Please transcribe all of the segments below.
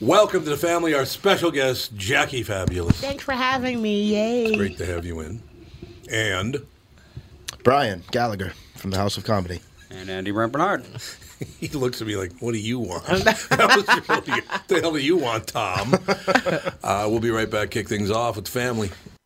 Welcome to the family, our special guest, Jackie Fabulous. Thanks for having me. Yay. Great to have you in. And Brian Gallagher from the House of Comedy. And Andy Brent Bernard. he looks at me like, What do you want? That was your- what do you- the hell do you want, Tom? Uh, we'll be right back, kick things off with family.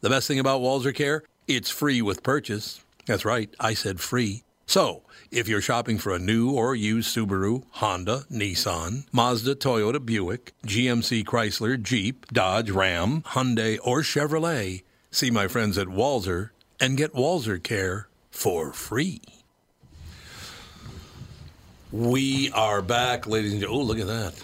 The best thing about Walzer Care? It's free with purchase. That's right, I said free. So, if you're shopping for a new or used Subaru, Honda, Nissan, Mazda, Toyota, Buick, GMC, Chrysler, Jeep, Dodge, Ram, Hyundai, or Chevrolet, see my friends at Walzer and get Walzer Care for free. We are back, ladies and gentlemen. Oh, look at that.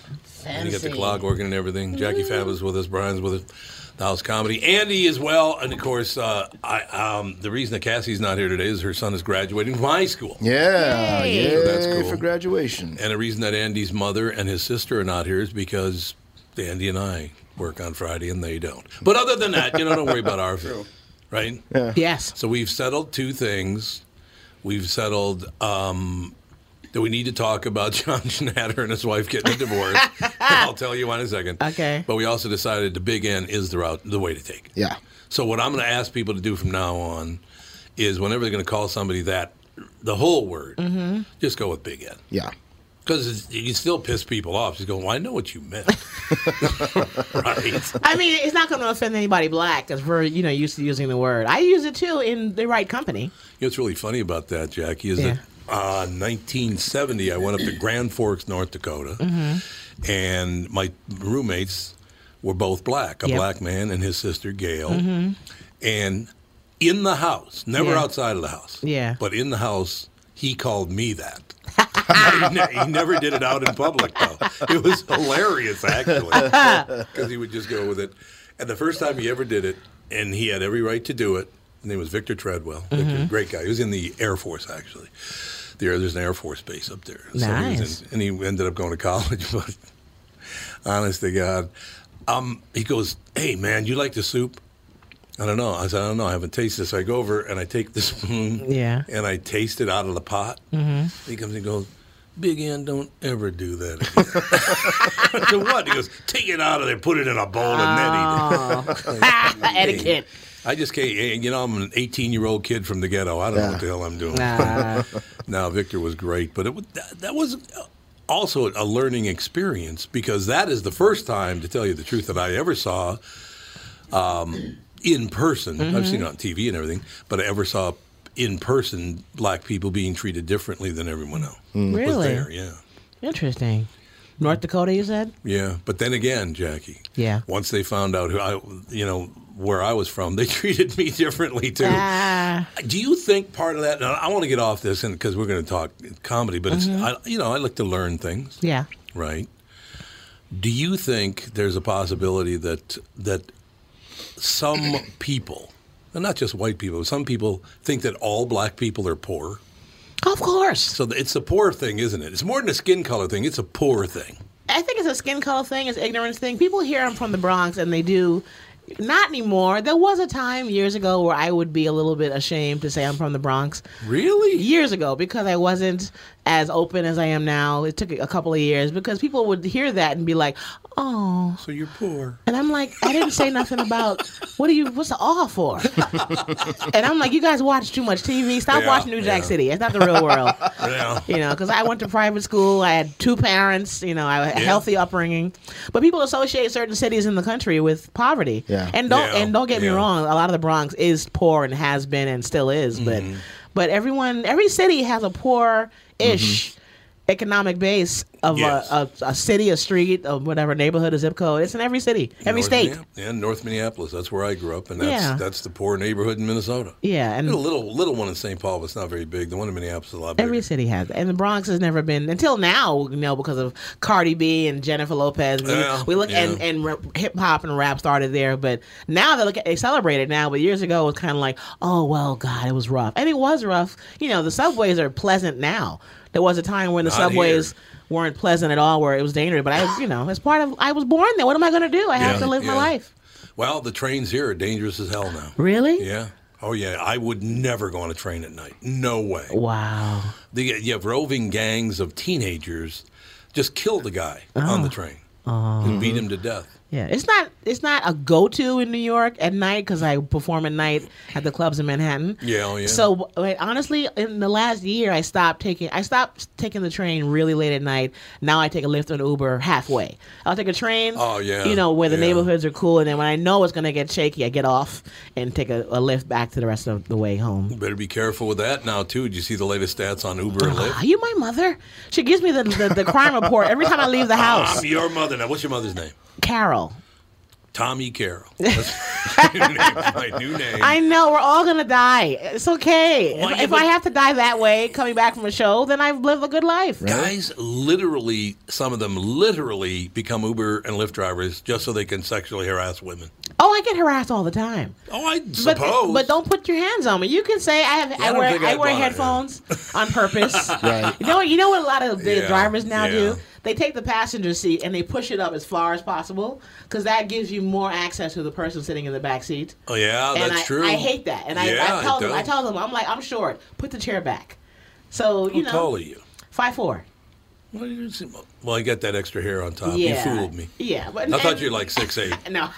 And you got the Fancy. clock working and everything. Jackie Fab is with us. Brian's with us. The House Comedy. Andy as well. And of course, uh, I, um, the reason that Cassie's not here today is her son is graduating from high school. Yeah, Yay. yeah, So Oh, that's cool. for graduation. And the reason that Andy's mother and his sister are not here is because Andy and I work on Friday and they don't. But other than that, you know, don't worry about our food. Right? Yes. So we've settled two things. We've settled um, that we need to talk about John Schnatter and his wife getting a divorce. I'll tell you in a second. Okay. But we also decided the big N is the route, the way to take. Yeah. So what I'm going to ask people to do from now on is whenever they're going to call somebody that, the whole word, just go with big N. Yeah. Because you still piss people off. Just go, well, I know what you meant. right. I mean, it's not going to offend anybody black because we're, you know, used to using the word. I use it too in the right company. You know what's really funny about that, Jackie, is Yeah. that uh, 1970, I went up to Grand Forks, North Dakota, Mm-hmm. and my roommates were both black, a Yep. Mm-hmm. black man and his sister Gail, and in the house, never Yeah. outside of the house, Yeah. but in the house, he called me that. he, ne- he never did it out in public though. It was hilarious actually, because he would just go with it. And the first time he ever did it, and he had every right to do it. His name was Victor Treadwell, Victor, Mm-hmm. great guy. He was in the Air Force actually. There, there's an Air Force base up there. So he was Nice. in- and he ended up going to college, but honest to God, um, he goes, "Hey man, you like the soup?" I don't know. I said, I don't know. I haven't tasted this. So I go over and I take the spoon Yeah. and I taste it out of the pot. Mm-hmm. He comes and goes, Big Ann, don't ever do that again. I said, what? He goes, take it out of there, put it in a bowl, and then eat it. Uh, Etiquette. I just can't. You know, I'm an 18 year old kid from the ghetto. I don't know Yeah. what the hell I'm doing. Nah. Now, Victor was great, but it wa- that, that was also a learning experience because that is the first time, to tell you the truth, that I ever saw um, in person. Mm-hmm. I've seen it on TV and everything, but I ever saw in person black people being treated differently than everyone else. Was Mm. Really? there, yeah. Interesting. North Dakota, you said? Yeah, but then again, Jackie. Yeah. Once they found out who I, you know, where I was from, they treated me differently too. Ah. Do you think part of that? Now, I want to get off this because we're going to talk comedy, but it's I, you know I like to learn things, Yeah. right? Do you think there's a possibility that that some people, and not just white people, some people think that all black people are poor? Of course. So it's a poor thing, isn't it? It's more than a skin color thing. It's a poor thing. I think it's a skin color thing, it's ignorance thing. People hear I'm from the Bronx and they do. Not anymore. There was a time years ago where I would be a little bit ashamed to say I'm from the Bronx. Really? years ago because I wasn't as open as I am now. It took a couple of years because people would hear that and be like, "Oh," So you're poor. and I'm like, "I didn't say nothing about what are you? What's the awe for?" and I'm like, "You guys watch too much TV. Stop Yeah, watching New Jack yeah. City. It's not the real world." Yeah. you know, because I went to private school. I had two parents. You know, I had a Yeah. healthy upbringing. But people associate certain cities in the country with poverty. Yeah. And don't Yeah. and don't get Yeah. me wrong. A lot of the Bronx is poor and has been and still is. Mm-hmm. But but everyone, every city has a poor-ish economic base of Mm-hmm. Yes. a, a, a city, a street, of whatever neighborhood, a zip code. It's in every city, every North state. Minneap- Yeah, North Minneapolis. That's where I grew up, and that's Yeah. that's the poor neighborhood in Minnesota. Yeah, and There's a little little one in St. Paul, but it's not very big. The one in Minneapolis is a lot bigger. Every city has, it. and the Bronx has never been until now. You know, because of Cardi B and Jennifer Lopez, we, Yeah, we look yeah. and and hip hop and rap started there. But now they look, at, they celebrate it now. But years ago, it was kind of like, oh well, God, it was rough, and it was rough. You know, the subways are pleasant now. There was a time when the Not subways here. weren't pleasant at all, where it was dangerous. But I, you know, it's part of. I was born there. What am I going to do? I have Yeah, to live my yeah. life. Well, the trains here are dangerous as hell now. Really? Yeah. Oh yeah. I would never go on a train at night. No way. Wow. The, you have roving gangs of teenagers just killed the guy on Ah. the train Oh. and beat him to death. Yeah, it's not it's not a go to in New York at night because I perform at night at the clubs in Manhattan. Yeah, oh, yeah. So like, honestly, in the last year, I stopped taking I stopped taking the train really late at night. Now I take a Lyft or an Uber halfway. I'll take a train. Oh, yeah, You know where the yeah. neighborhoods are cool, and then when I know it's gonna get shaky, I get off and take a, a Lyft back to the rest of the way home. Better be careful with that now too. Did you see the latest stats on Uber and Are Lyft? you my mother? She gives me the, the, the crime report every time I leave the house. I'm your mother now. What's your mother's name? Carol. Tommy Carroll. That's my new name. My new name. I know we're all gonna die. It's okay. Well, if yeah, if but- I have to die that way, coming back from a show, then I've lived a good life. Guys literally, some of them literally become Uber and Lyft drivers just so they can sexually harass women. Oh, I get harassed all the time. Oh, I But, suppose. but don't put your hands on me. You can say I have. I I don't wear think I, I'd wear want it, yeah. headphones on purpose. Right. You know you know what a lot of the Yeah, drivers now yeah. do? They take the passenger seat and they push it up as far as possible because that gives you more access to the person sitting in the back seat. Oh yeah, and that's I, true. I hate that. And I, Yeah, I tell it them, I does. tell them, I'm like, I'm short. Put the chair back. So you How know, tall are you? five four. Well, you just- well, I got that extra hair on top. You Yeah. fooled me. Yeah, but I thought and- you were like six eight. No.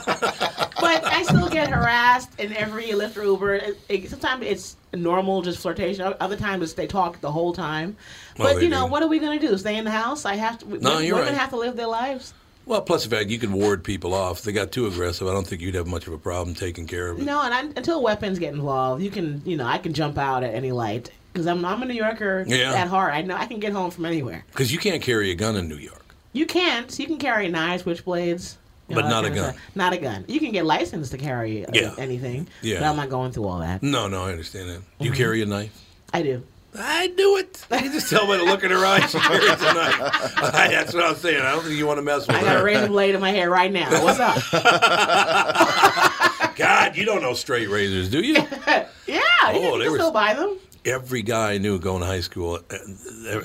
but I still get harassed in every Lyft or Uber. It- it- sometimes it's normal, just flirtation. O- Other times it's they talk the whole time. Well, But they you know, do. what are we gonna do? Stay in the house? I have to. No, women, you're women right. have to live their lives. Well, plus the fact you could ward people off. If they got too aggressive. I don't think you'd have much of a problem taking care of it. No, and I, until weapons get involved, you can you know I can jump out at any light because I'm I'm a New Yorker Yeah. at heart. I know I can get home from anywhere. Because you can't carry a gun in New York. You can't. You can carry knives, switchblades. you But that not a kind of gun. stuff. Not a gun. You can get licensed to carry uh, Yeah. anything. Yeah. Mm. But I'm not going through all that. No, no, I understand that. Do you Mm-hmm. carry a knife? I do. I do it. You just tell by the look in her eyes she carries a knife. That's what I'm saying. I don't think you want to mess with I got a her. razor blade in my hair right now. What's up? God, you don't know straight razors, do you? Yeah, Oh, you can, you they can were- still buy them. every guy I knew going to high school, uh,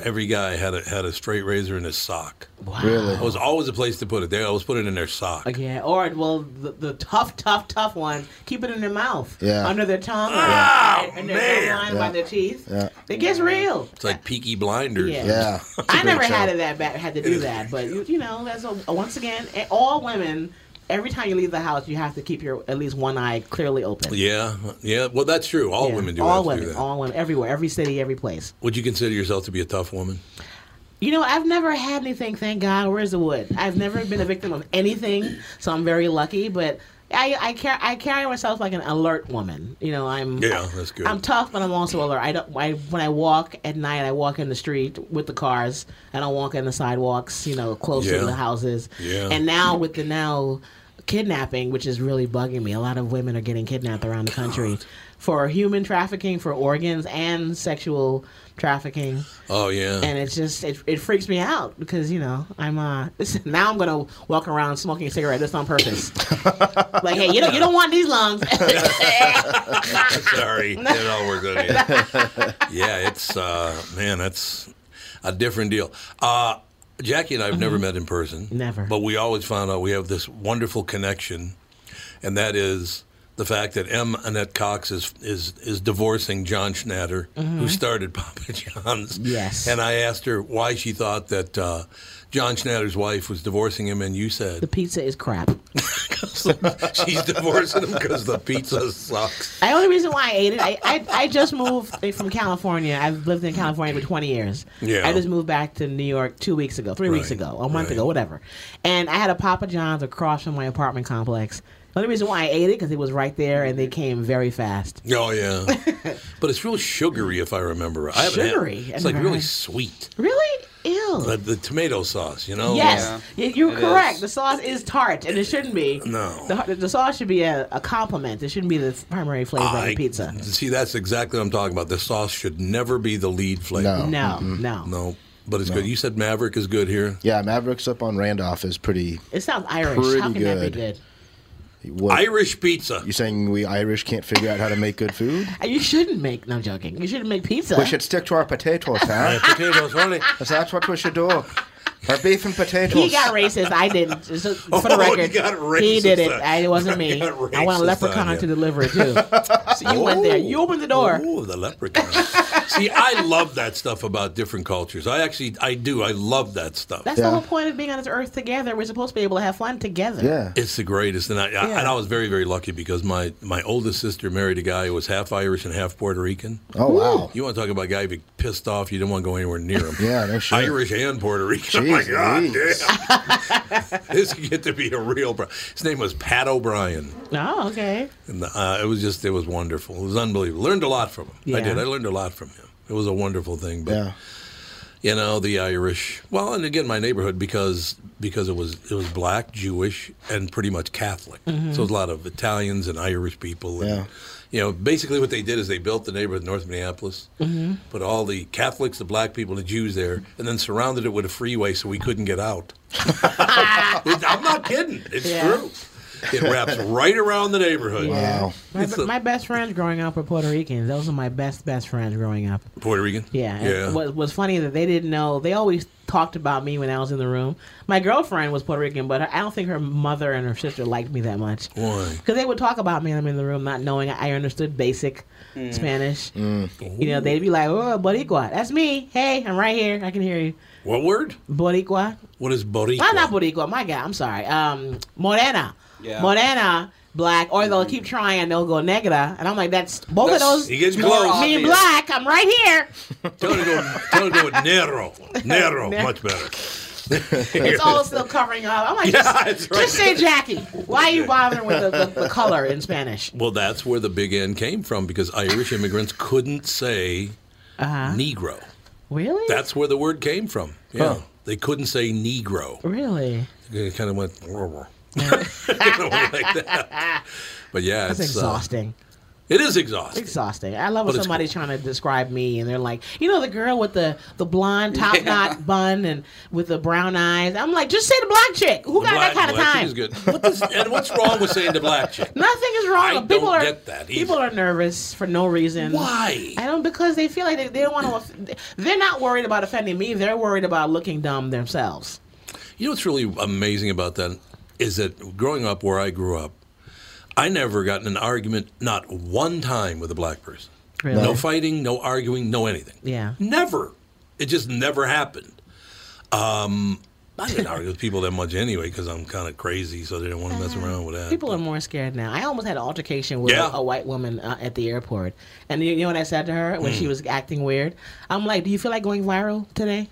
every guy had a had a straight razor in his sock. Wow. Really? It was always a place to put it. They always put it in their sock. Yeah, or well, the, the tough, tough, tough ones keep it in their mouth, Yeah. under their tongue, Yeah. and their Ah, man. line by Yeah. their teeth. Yeah. It gets real. It's like Peaky Blinders. Yeah. Yeah. I never Great had show. it that bad, had to do is a that, great but you, you know, that's a, once again, eh, all women every time you leave the house, you have to keep your at least one eye clearly open. Yeah, yeah. Well, that's true. All Yeah. women do. All have to do women, that. all women, everywhere, every city, every place. Would you consider yourself to be a tough woman? You know, I've never had anything. Thank God. Where's the wood? I've never been a victim of anything, so I'm very lucky. But I, I, car- I carry myself like an alert woman. You know, I'm. Yeah, that's good. I'm tough, but I'm also alert. I don't. I, when I walk at night, I walk in the street with the cars. I don't walk in the sidewalks. You know, close Yeah. to the houses. Yeah. And now with the now kidnapping, which is really bugging me, a lot of women are getting kidnapped around the country for human trafficking, for organs, and sexual trafficking Oh yeah. and it's just it, it freaks me out because you know I'm uh this, now I'm gonna walk around smoking a cigarette just on purpose. like hey, you don't you don't want these lungs. Sorry, it all worked out. yeah. Yeah, it's uh, man, that's a different deal. Uh, Jackie and I have never met in person, Mm-hmm. Never. but we always found out we have this wonderful connection, and that is the fact that M. Annette Cox is is is divorcing John Schnatter, who started Papa John's. Mm-hmm. Yes. and I asked her why she thought that uh, John Schnatter's wife was divorcing him, and you said the pizza is crap. she's divorcing him because the pizza sucks. The only reason why I ate it, I, I, I just moved from California. I've lived in California for 20 years. Yeah. I just moved back to New York two weeks ago, three weeks Right, ago, a month right. ago, whatever. And I had a Papa John's across from my apartment complex. The only reason why I ate it because it was right there and they came very fast. Oh yeah, but it's real sugary if I remember. right. I haven't had- Sugary? it's I've like never really had- sweet. Really? Ew. The, the tomato sauce, you know. Yes, Y- you're Oh, It correct. is. The sauce is tart, and it shouldn't be. No. the, the sauce should be a, a compliment. It shouldn't be the primary flavor of I- the pizza. See, that's exactly what I'm talking about. The sauce should never be the lead flavor. No, No. no, No, but it's good. You said Maverick is good here. Yeah, Mavericks up on Randolph is pretty. It sounds Irish. Pretty How can that be good. good? What, Irish pizza. You saying we Irish can't figure out how to make good food? And You shouldn't make. No, I'm joking. You shouldn't make pizza. We should stick to our potatoes, huh? Potatoes only. 'Cause that's what we should do. Our beef and potatoes. He got racist. I didn't. Just for Oh, the record, you got he did racist it. on- I, it wasn't me. you got I want racist a on leprechaun you. to deliver it too. so you went there. You opened the door. Oh, the leprechaun. See, I love that stuff about different cultures. I actually, I do. I love that stuff. That's the Yeah. whole point of being on this earth together. We're supposed to be able to have fun together. Yeah. It's the greatest, and I, I and I was very very lucky because my my oldest sister married a guy who was half Irish and half Puerto Rican. Oh wow. You want to talk about a guy who'd be pissed off? You didn't want to go anywhere near him. Yeah, no shit. Irish and Puerto Rican. oh my Jeez God, Louise. damn. this could get to be a real. Pro- His name was Pat O'Brien, Oh, okay. and uh, it was just it was wonderful. It was unbelievable. Learned a lot from him. I Yeah. did. I learned a lot from him. It was a wonderful thing. But Yeah. you know the irish well and again my neighborhood because because it was it was black jewish and pretty much catholic Mm-hmm. so it was a lot of italians and irish people and Yeah. you know basically what they did is they built the neighborhood in north minneapolis Mm-hmm. put all the catholics the black people the jews there and then surrounded it with a freeway so we couldn't get out It- i'm not kidding it's Yeah. true it wraps right around the neighborhood Wow. My, It's a- my best friends growing up were Puerto Ricans. Those were my best best friends growing up. puerto rican Yeah. and yeah What was funny that they didn't know. They always talked about me when I was in the room. My girlfriend was Puerto Rican, but I don't think her mother and her sister liked me that much. why Because they would talk about me when I'm in the room, not knowing I understood basic Spanish. Mm. You know, they'd be like, "Oh, boricua, that's me. Hey, I'm right here. I can hear you, what word boricua." what is boricua Not not Boricua. My God, I'm sorry. Um, Morena. Yeah. Morena, black, or they'll keep trying. and They'll go negra, and I'm like, that's both That's- of those Mm-hmm. he gets It's more close obvious. mean black. I'm right here. Tell her to go. Tell her to go with Nero. Nero, much better. It's all still covering up. I'm like, Yeah, just, that's just right. say Jackie. Why are you bothering with the, the, the color in Spanish? Well, that's where the big end came from because Irish immigrants couldn't say Uh-huh. Negro. Really? That's where the word came from. Yeah, they couldn't say Negro. really. They kind of went "Rrr, rrr." you know, like that. But yeah, That's it's uh, exhausting. it is exhausting. exhausting. I love when it's somebody's trying to describe me and they're like, you know, the girl with the the blonde top knot bun and with the brown eyes. I'm like, just say the black chick. Who got that kind of black chick time? is good. What does- and what's wrong with saying the black chick? Nothing is wrong. I people don't are get that either. people are nervous for no reason. Why? I don't because they feel like they, they don't want to. They're not worried about offending me. They're worried about looking dumb themselves. You know what's really amazing about that is that growing up where I grew up, I never got in an argument not one time with a black person. Really? No fighting, no arguing, no anything. Yeah. Never. It just never happened. Um, I didn't argue with people that much anyway because I'm kind of crazy, so they didn't want to mess around with that. People are more scared now. I almost had an altercation with Yeah. a, a white woman uh, at the airport, and you, you know what I said to her when Hmm. she was acting weird? I'm like, "Do you feel like going viral today?"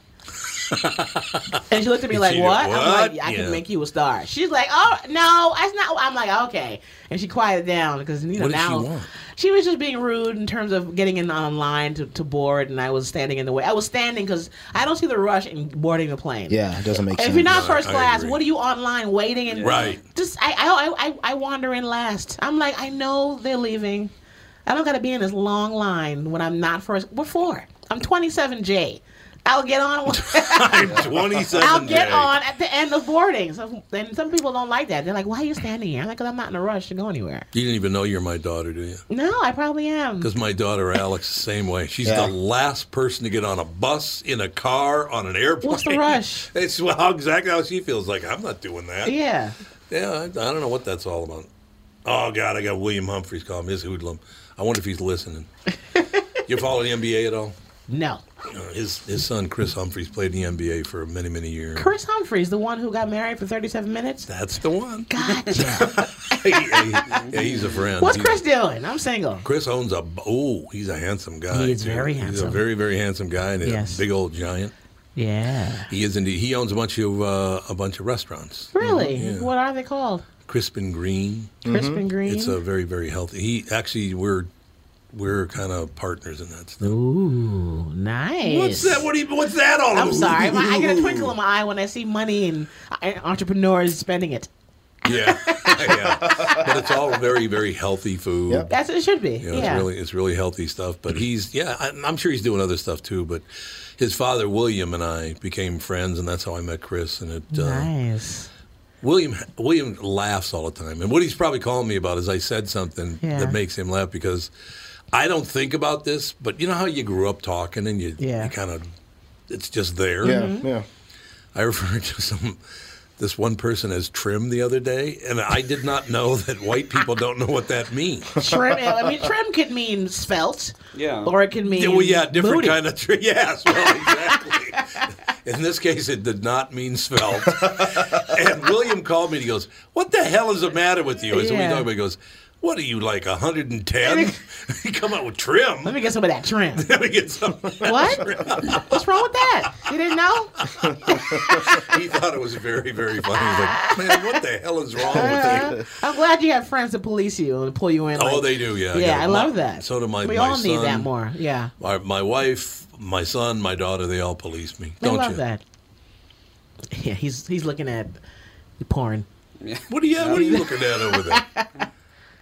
and she looked at me like, She did, what? I'm "What?" like, "I Yeah. can make you a star." She's like, "Oh no, that's not." I'm like, "Okay," and she quieted down because you know What did she now want? she was just being rude in terms of getting in online to, to board, and I was standing in the way. I was standing because I don't see the rush in boarding the plane. Yeah, it doesn't make sense. If you're not No, first I class, agree. what are you online waiting and Right. Just I I, I I wander in last. I'm like I know they're leaving. I don't gotta be in this long line when I'm not first. What for? I'm 27J. I'll get on. Twenty-seven. I'll get day. on at the end of boarding. So, and some people don't like that. They're like, "Why are you standing here?" I'm like, "Cause I'm not in a rush to go anywhere." You didn't even know you're my daughter, do you? No, I probably am. Because my daughter Alex, the same way. She's Yeah. the last person to get on a bus, in a car, on an airplane. What's the rush? It's well, how- exactly how she feels. Like I'm not doing that. Yeah. Yeah, I, I don't know what that's all about. Oh God, I got William Humphreys calling me. His hoodlum. I wonder if he's listening. you follow the NBA at all? No. Uh, his his son Chris Humphreys played in the NBA for many many years. Chris Humphreys, the one who got married for 37 minutes. That's the one. Gotcha. Hey, hey, yeah, he's a friend. What's He's- Chris doing? I'm single. Chris owns a. Oh, he's a handsome guy. He is too. very He's a handsome. very very handsome guy and Yes. a big old giant. Yeah. He is indeed. He owns a bunch of uh, a bunch of restaurants. Really? What are they called? Crispin Green. Crispin Green. Mm-hmm. It's a very very healthy. He actually we're we're kind of partners in that stuff. Ooh, nice. What's that? What do you, What's that all? I'm about? sorry. My, I get a twinkle in my eye when I see money and uh, entrepreneurs spending it. Yeah, yeah. But it's all very very healthy food. Yep. That's what it should be. You know, yeah. It's really it's really healthy stuff. But he's yeah, I, I'm sure he's doing other stuff too. But his father William and I became friends, and that's how I met Chris. And it uh, nice. William William laughs all the time, and what he's probably calling me about is I said something Yeah. that makes him laugh because I don't think about this, but you know how you grew up talking and you, Yeah. you kind of it's just there. Yeah, Mm-hmm. yeah. I referred to some this one person as trim the other day, and I did not know that white people don't know what that means. Trim. I mean, trim could mean spelt. Yeah. Or it could mean. Yeah, well, yeah, different booty. kind of trim. Yes, well, exactly. In this case, it did not mean svelte. and William called me and he goes, What the hell is the matter with you? And so we Yeah. talked about it, he goes, What are you, like 110? you come out with trim. Let me get some of that trim. Let me get some. what? What's wrong with that? You didn't know? He thought it was very, very funny. He's like, Man, what the hell is wrong with you? I'm glad you have friends to police you and pull you in. Oh, like- they do, yeah. Yeah, got I my- love that. So do my We my all need that son, more. Yeah. My, my wife, my son, my daughter, they all police me. I Don't love you? that. Yeah, he's he's looking at porn. What are you? What are you looking at over there?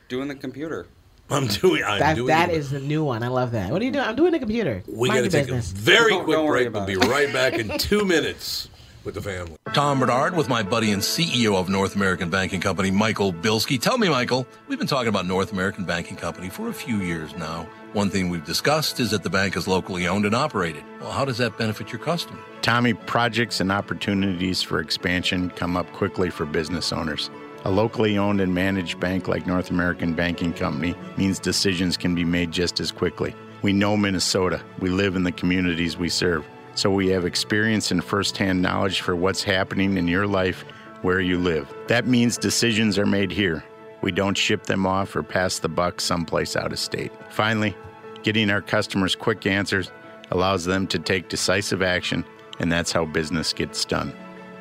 Doing the computer. I'm doing. I'm That doing. that is the new one. I love that. What are you doing? I'm doing the computer. We Mind got to your take business. a very Don't- quick don't worry break. We'll about be it. right back in two minutes with the family. Tom Bernard with my buddy and CEO of North American Banking Company, Michael Bilski. Tell me, Michael, we've been talking about North American Banking Company for a few years now. One thing we've discussed is that the bank is locally owned and operated. Well, how does that benefit your customer? Tommy, projects and opportunities for expansion come up quickly for business owners. A locally owned and managed bank like North American Banking Company means decisions can be made just as quickly. We know Minnesota. We live in the communities we serve. So we have experience and firsthand knowledge for what's happening in your life where you live. That means decisions are made here. We don't ship them off or pass the buck someplace out of state. Finally, getting our customers quick answers allows them to take decisive action, and that's how business gets done.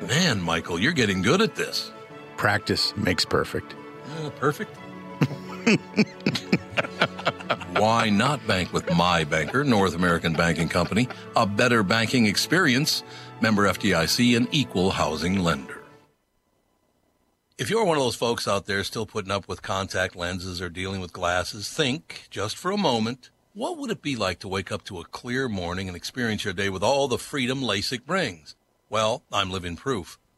Man, Michael, you're getting good at this. Practice makes perfect. Uh, perfect. Why not bank with my banker, North American Banking Company, a better banking experience, member FDIC, an equal housing lender. If you're one of those folks out there still putting up with contact lenses or dealing with glasses, think just for a moment what would it be like to wake up to a clear morning and experience your day with all the freedom LASIK brings? Well, I'm living proof.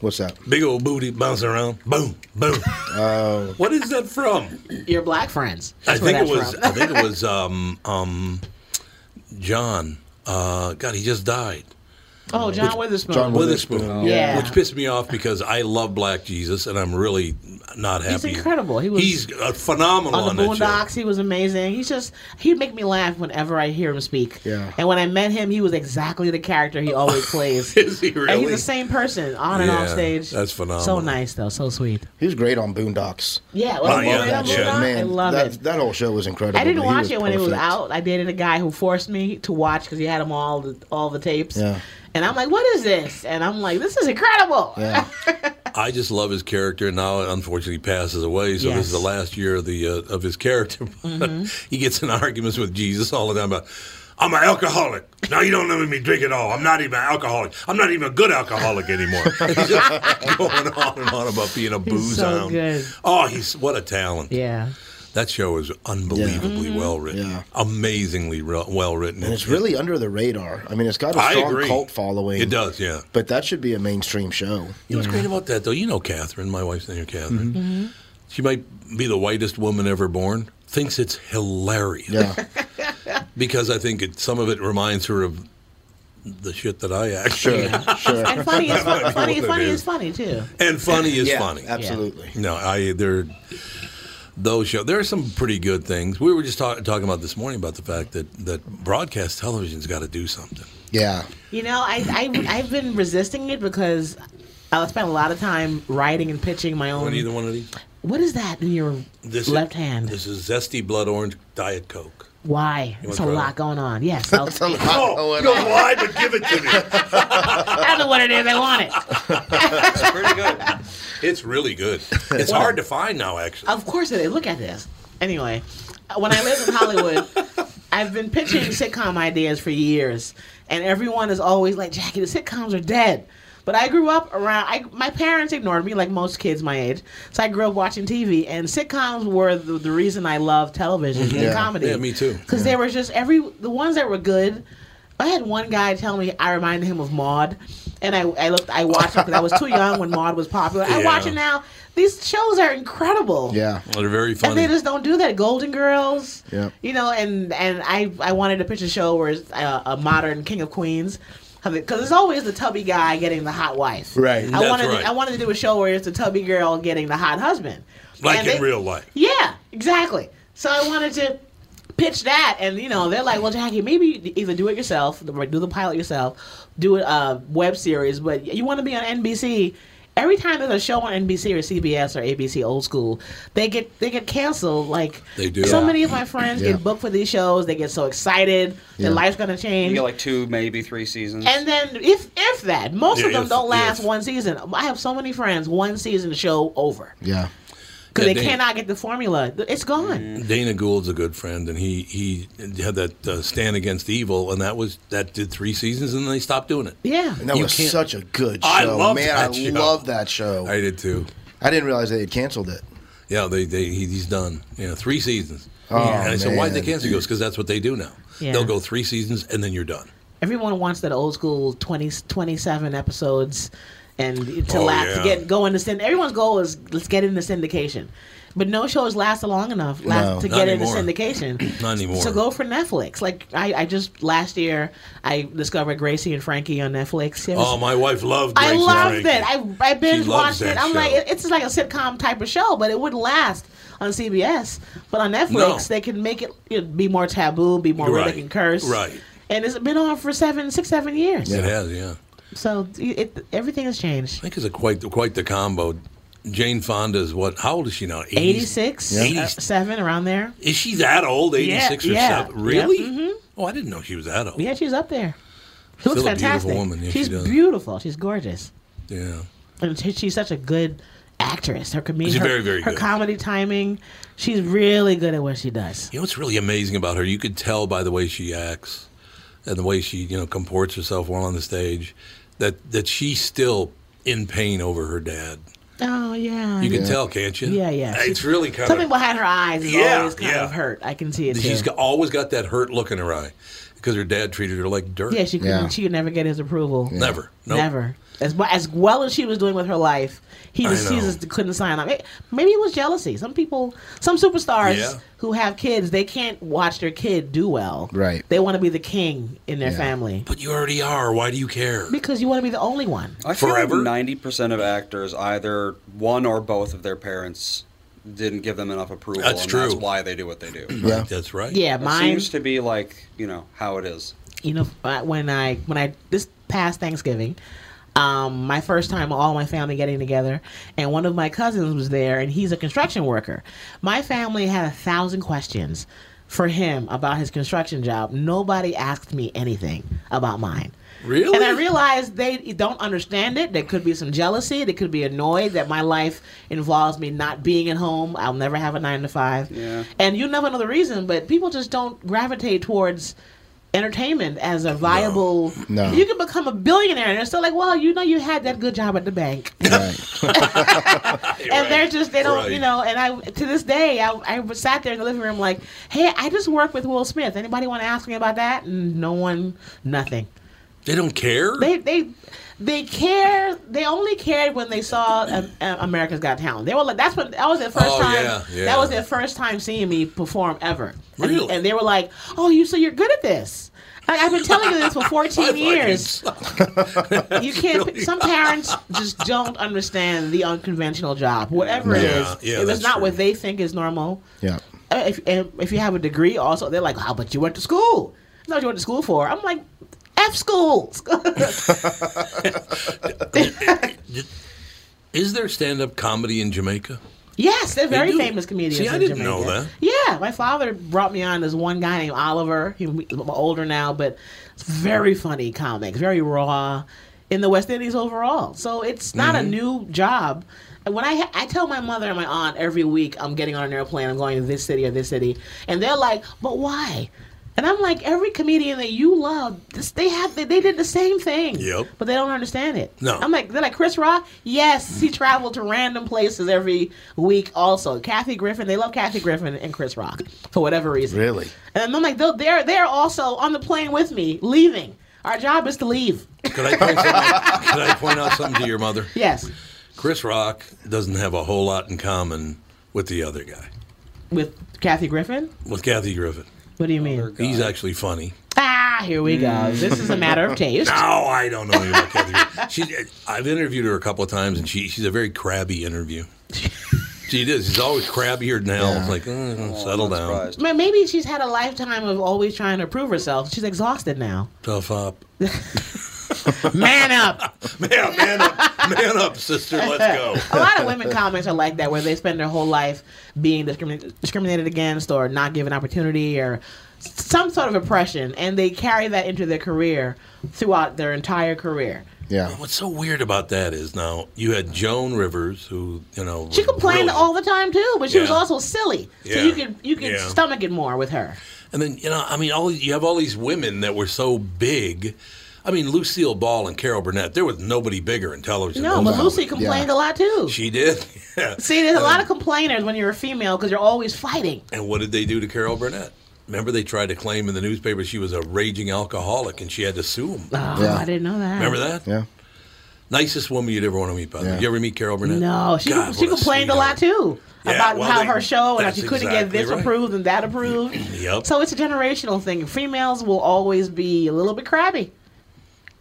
What's that? Big old booty bouncing around. Boom, boom. what is that from? Your black friends. I That's where think it that's was. from. I think it was. Um, um, John. Uh, God, he just died. Oh, John Witherspoon. John Wither- Witherspoon. Yeah. Which pissed me off because I love Black Jesus, and I'm really not happy. incredible. He was- He's uh, phenomenal on on, the that Boondocks, show. he was amazing. He's just he'd make me laugh whenever I hear him speak. Yeah. And when I met him, he was exactly the character he always plays. Is he And really? he's the same person on and off Yeah, stage. that's So phenomenal. nice though, so sweet. He was great on Boondocks. Yeah, Oh, well, yeah, Boondock- that show. Boondock, I Man, love that, it. that whole show was incredible. I didn't but he watch was it when it was perfect. out. I dated a guy who forced me to watch because he had them all the, all the tapes. Yeah. And I'm like, what is this? And I'm like, this is incredible. Yeah. I just love his character. Now, unfortunately, he passes away, so this is Yes. Mm-hmm. the last year of the uh, of his character. he gets in arguments with Jesus all the time about. I'm an alcoholic. Now you don't let me drink at all. I'm not even an alcoholic. I'm not even a good alcoholic anymore. He's just going on and on about being a booze so hound. good. Oh, he's what a talent. yeah. Mm-hmm. That show is unbelievably well written. Yeah. Amazingly re- well written. And it's really under the radar. I mean, it's got a I strong agree. cult following. It does, yeah. But that should be a mainstream show. You know what's great about that, though? You know Catherine, my wife's name is Catherine. Mm-hmm. She might be the whitest woman ever born. Thinks it's hilarious Yeah. because I think it, some of it reminds her of the shit that I act. Sure. Sure. And funny is might be funny. Funny, what it funny is. is funny too. And funny is yeah, funny. Absolutely. No, I there. Those show there are some pretty good things. We were just talk, talking about this morning about the fact that that broadcast television's got to do something. Yeah. You know, I, I I've been resisting it because I spent a lot of time writing and pitching my Want either own. one of these? What is that in your This left is, hand? This is zesty blood orange diet coke. Why? It's a try lot it? going on. Yes, I'll- Oh, you know why? But give it to me. I don't know what it is. I want it. It's pretty good. It's really good. It's hard to find now, actually. Of course it is. Look at this. Anyway, when I lived in Hollywood, I've been pitching sitcom ideas for years, and everyone is always like, "Jackie, the sitcoms are dead." But I grew up around. I, my parents ignored me, like most kids my age. So I grew up watching TV, and sitcoms were the, the reason I loved television and Yeah. comedy. Mm-hmm. Yeah, me too. Because they were just every the ones that were good. I had one guy tell me I reminded him of Maude, and I, I looked. I watched it because I was too young when Maude was popular. I watch Yeah. it now. These shows are incredible. Yeah. They're very And they funny. just don't do that. Golden Girls. Yep. You know, and and I I wanted to pitch a show where it's uh, a modern King of Queens. Because it's always the tubby guy getting the hot wife. Right. I That's wanted right. To, I wanted to do a show where it's the tubby girl getting the hot husband. Like And in they- real life. Yeah, exactly. So I wanted to pitch that, and you know, they're like, "Well, Jackie, maybe you either do it yourself, or do the pilot yourself, do a web series, but you want to be on NBC." Every time there's a show on NBC or CBS or ABC Old School, they get they get canceled. Like They do. So many of my friends Yeah. get booked for these shows. They get so excited. Their Yeah. life's gonna change. You get like two, maybe three seasons. And then if if that, most Yeah, of them if- don't last if. one season. I have so many friends, one season show over Yeah. because Yeah, they they- cannot get the formula. It's Mm. gone. Dana Gould's a good friend, and he he had that uh, stand against evil, and that was that did three seasons, and then they stopped doing it. Yeah. And that You was can't- such a good show. I love Man, that I show. love that show. I I, did too. didn't realize they had canceled it. Yeah, they, they he, he's done. Yeah, three seasons. Oh, and I said, why'd they man. cancel? He goes, because that's what they do now. Yeah. They'll go three seasons, and then you're done. Everyone wants that old school 20, 27 episodes and to Oh, last yeah. to get go into synd. Everyone's goal is let's get into syndication, but no shows last long enough last, No, to not get anymore. into syndication. Not anymore. So go for Netflix. Like I, I just last year I discovered Gracie and Frankie on Netflix. It was- Oh, my wife loved. I Grace and loved Frankie. it. I I binge loves watched that it. I'm show. like it- it's like a sitcom type of show, but it wouldn't last on CBS. But on Netflix, No. they can make it, it be more taboo, be more Right. where they can curse, Right. And it's been on for seven, six, seven years. It has, yeah. So it, everything has I changed. think it's a quite quite the combo. Jane Fonda is what? How old is she now? 80s? 86, Yeah. uh, seven, around there. Is she that old? Eighty six or yeah. Mm-hmm. seven? Really? Oh, I didn't know she was that old. Yeah, she's up there. She Still looks a beautiful fantastic. woman. Yeah, she she's does. beautiful. She's gorgeous, Yeah. and she- she's such a good actress. Her comedian, She's her, very, very her good. comedy timing. She's really good at what she does. You know what's really amazing about her? You could tell by the way she acts and the way she, you know, comports herself while on the stage that that she's still in pain over her dad. Oh yeah, You yeah. can tell, can't you? Yeah, yeah. It's really kind Something of behind her eyes is Yeah, always kind yeah. of hurt. I can see it. she's too. got, always got that hurt look in her eye because her dad treated her like dirt. Yeah, she couldn't. Yeah. She could never get his approval. Never. Nope. Never. As well, as well as she was doing with her life, he I just he know. just couldn't sign on. May- Maybe it was jealousy. Some people, some superstars Yeah. who have kids, they can't watch their kid do well. Right. They want to be the king in their Yeah. family But you already are. Why do you care? because you want to be the only one. I feel Forever? like 90% of actors, either one or both of their parents, didn't give them enough approval. That's and true. That's why they do what they do. Yeah. That's right. Yeah, It mine. seems to be like, you know, how it is. you know uh, when i when i this past thanksgiving um, my first time all my family getting together and one of my cousins was there and he's a construction worker my family had a thousand questions for him about his construction job nobody asked me anything about mine Really? and i realized they don't understand it there could be some jealousy they could be annoyed that my life involves me not being at home i'll never have a nine to five Yeah. and you never know the reason, but people just don't gravitate towards entertainment as a viable. No. You can become a billionaire, and they're still like, well, you know, you had that good job at the bank, Right. and they're just they don't, you Right. know. And I to this day, I I was sat there in the living room like, hey, I just work with Will Smith. Anybody want to ask me about that? And No one, nothing. They don't care. They they they care. They only cared when they saw um, uh, America's Got Talent. They were like, that's what that was their first Oh, time. yeah, yeah. That was their first time seeing me perform ever. And- Really? And, they were like, oh, you so you're good at this. I, I've been telling you this for 14 years. You can't. Some parents just don't understand the unconventional job, whatever it Yeah, is. yeah, if it's that's not true. what they think is normal, Yeah. uh, if and if you have a degree, also they're like, "How about you went to school?" That's what you went to school for. I'm like, "F school." Is there stand up comedy in Jamaica? yes, they're very do. famous comedians. See, I in didn't know Jamaica. Yeah, my father brought me on this one guy named Oliver. He- He's older now, but it's very funny comic, very raw in the West Indies overall. So it's not Mm-hmm. a new job. And When I ha- I tell my mother and my aunt every week I'm getting on an airplane, I'm going to this city or this city, and they're like, "But why?" And I'm like, every comedian that you love, this- they have they, they did the same thing. Yep. But they don't understand it. No. I'm like, they're like Chris Rock. Yes, he traveled to random places every week. Also, Kathy Griffin. They love Kathy Griffin and Chris Rock for whatever reason. Really? And I'm like, they're- they're they're also on the plane with me, leaving. Our job is to leave. Could I point, something out, could I point out something to your mother? Yes, Chris Rock doesn't have a whole lot in common with the other guy, with Kathy Griffin. with Kathy Griffin. What do you mean? He's actually funny. Ah, here we go. This is a matter of taste. Oh, I don't know anything about Kathy. Griffin. She, I've interviewed her a couple of times, and she, she's a very crabby interview. She is. She's always crabbier than hell. It's like, mm, settle Oh, I'm not down, surprised. Ma- Maybe she's had a lifetime of always trying to prove herself. She's exhausted now. tough up, Man up. man, man up, man up, sister. Let's go. a lot of women comics are like that, where they spend their whole life being discrimin- discriminated against or not given opportunity or some sort of oppression, and they carry that into their career throughout their entire career. Yeah. What's so weird about that is now you had Joan Rivers, who you know She was complained brilliant. all the time too, but she was Yeah. also silly, so Yeah. you could you could Yeah. stomach it more with her. And then you know, I mean, all you have all these women that were so big. I mean, Lucille Ball and Carol Burnett. There was nobody bigger in television. No, than but them. Lucy complained Yeah. a lot too. She Uh, did. Yeah. See, there's a lot of complainers when you're a female because you're always fighting. And what did they do to Carol Burnett? Remember, they tried to claim in the newspaper she was a raging alcoholic, and she had to sue them. Oh, Yeah. I didn't know that. Remember that? Yeah. Nicest woman you'd ever want to meet. By the way, Yeah. you ever meet Carol Burnett? No, she God, she what complained a lot sweetheart. too Yeah, about well, how they- her show and how she that's couldn't get exactly this right. approved and that approved. Yep. So it's a generational thing. Females will always be a little bit crabby.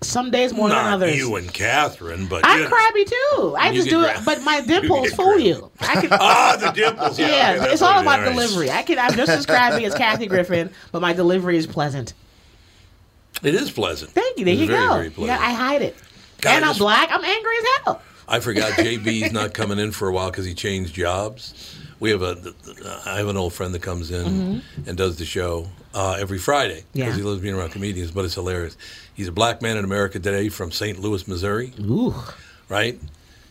Some days more Not than others. you and Catherine, but I'm you- crabby too. I You just get do it, crab- but my dimples get fool crabby. you. I can, Ah, the dimples. Yeah, yeah, okay, that's it's what all it is. about right. delivery. I can. I'm just as crabby as Kathy Griffin, but my delivery is pleasant. It is pleasant. Thank you. There It's you very, go. Very You pleasant. know, I hide it, God, I and I'm just- black. I'm angry as hell. I forgot JB's not coming in for a while because he changed jobs. We have a, I have an old friend that comes in and does the show uh, every Friday Mm-hmm. because Yeah. he loves being around comedians, but it's hilarious. He's a black man in America today from St. Louis, Missouri, Ooh. right?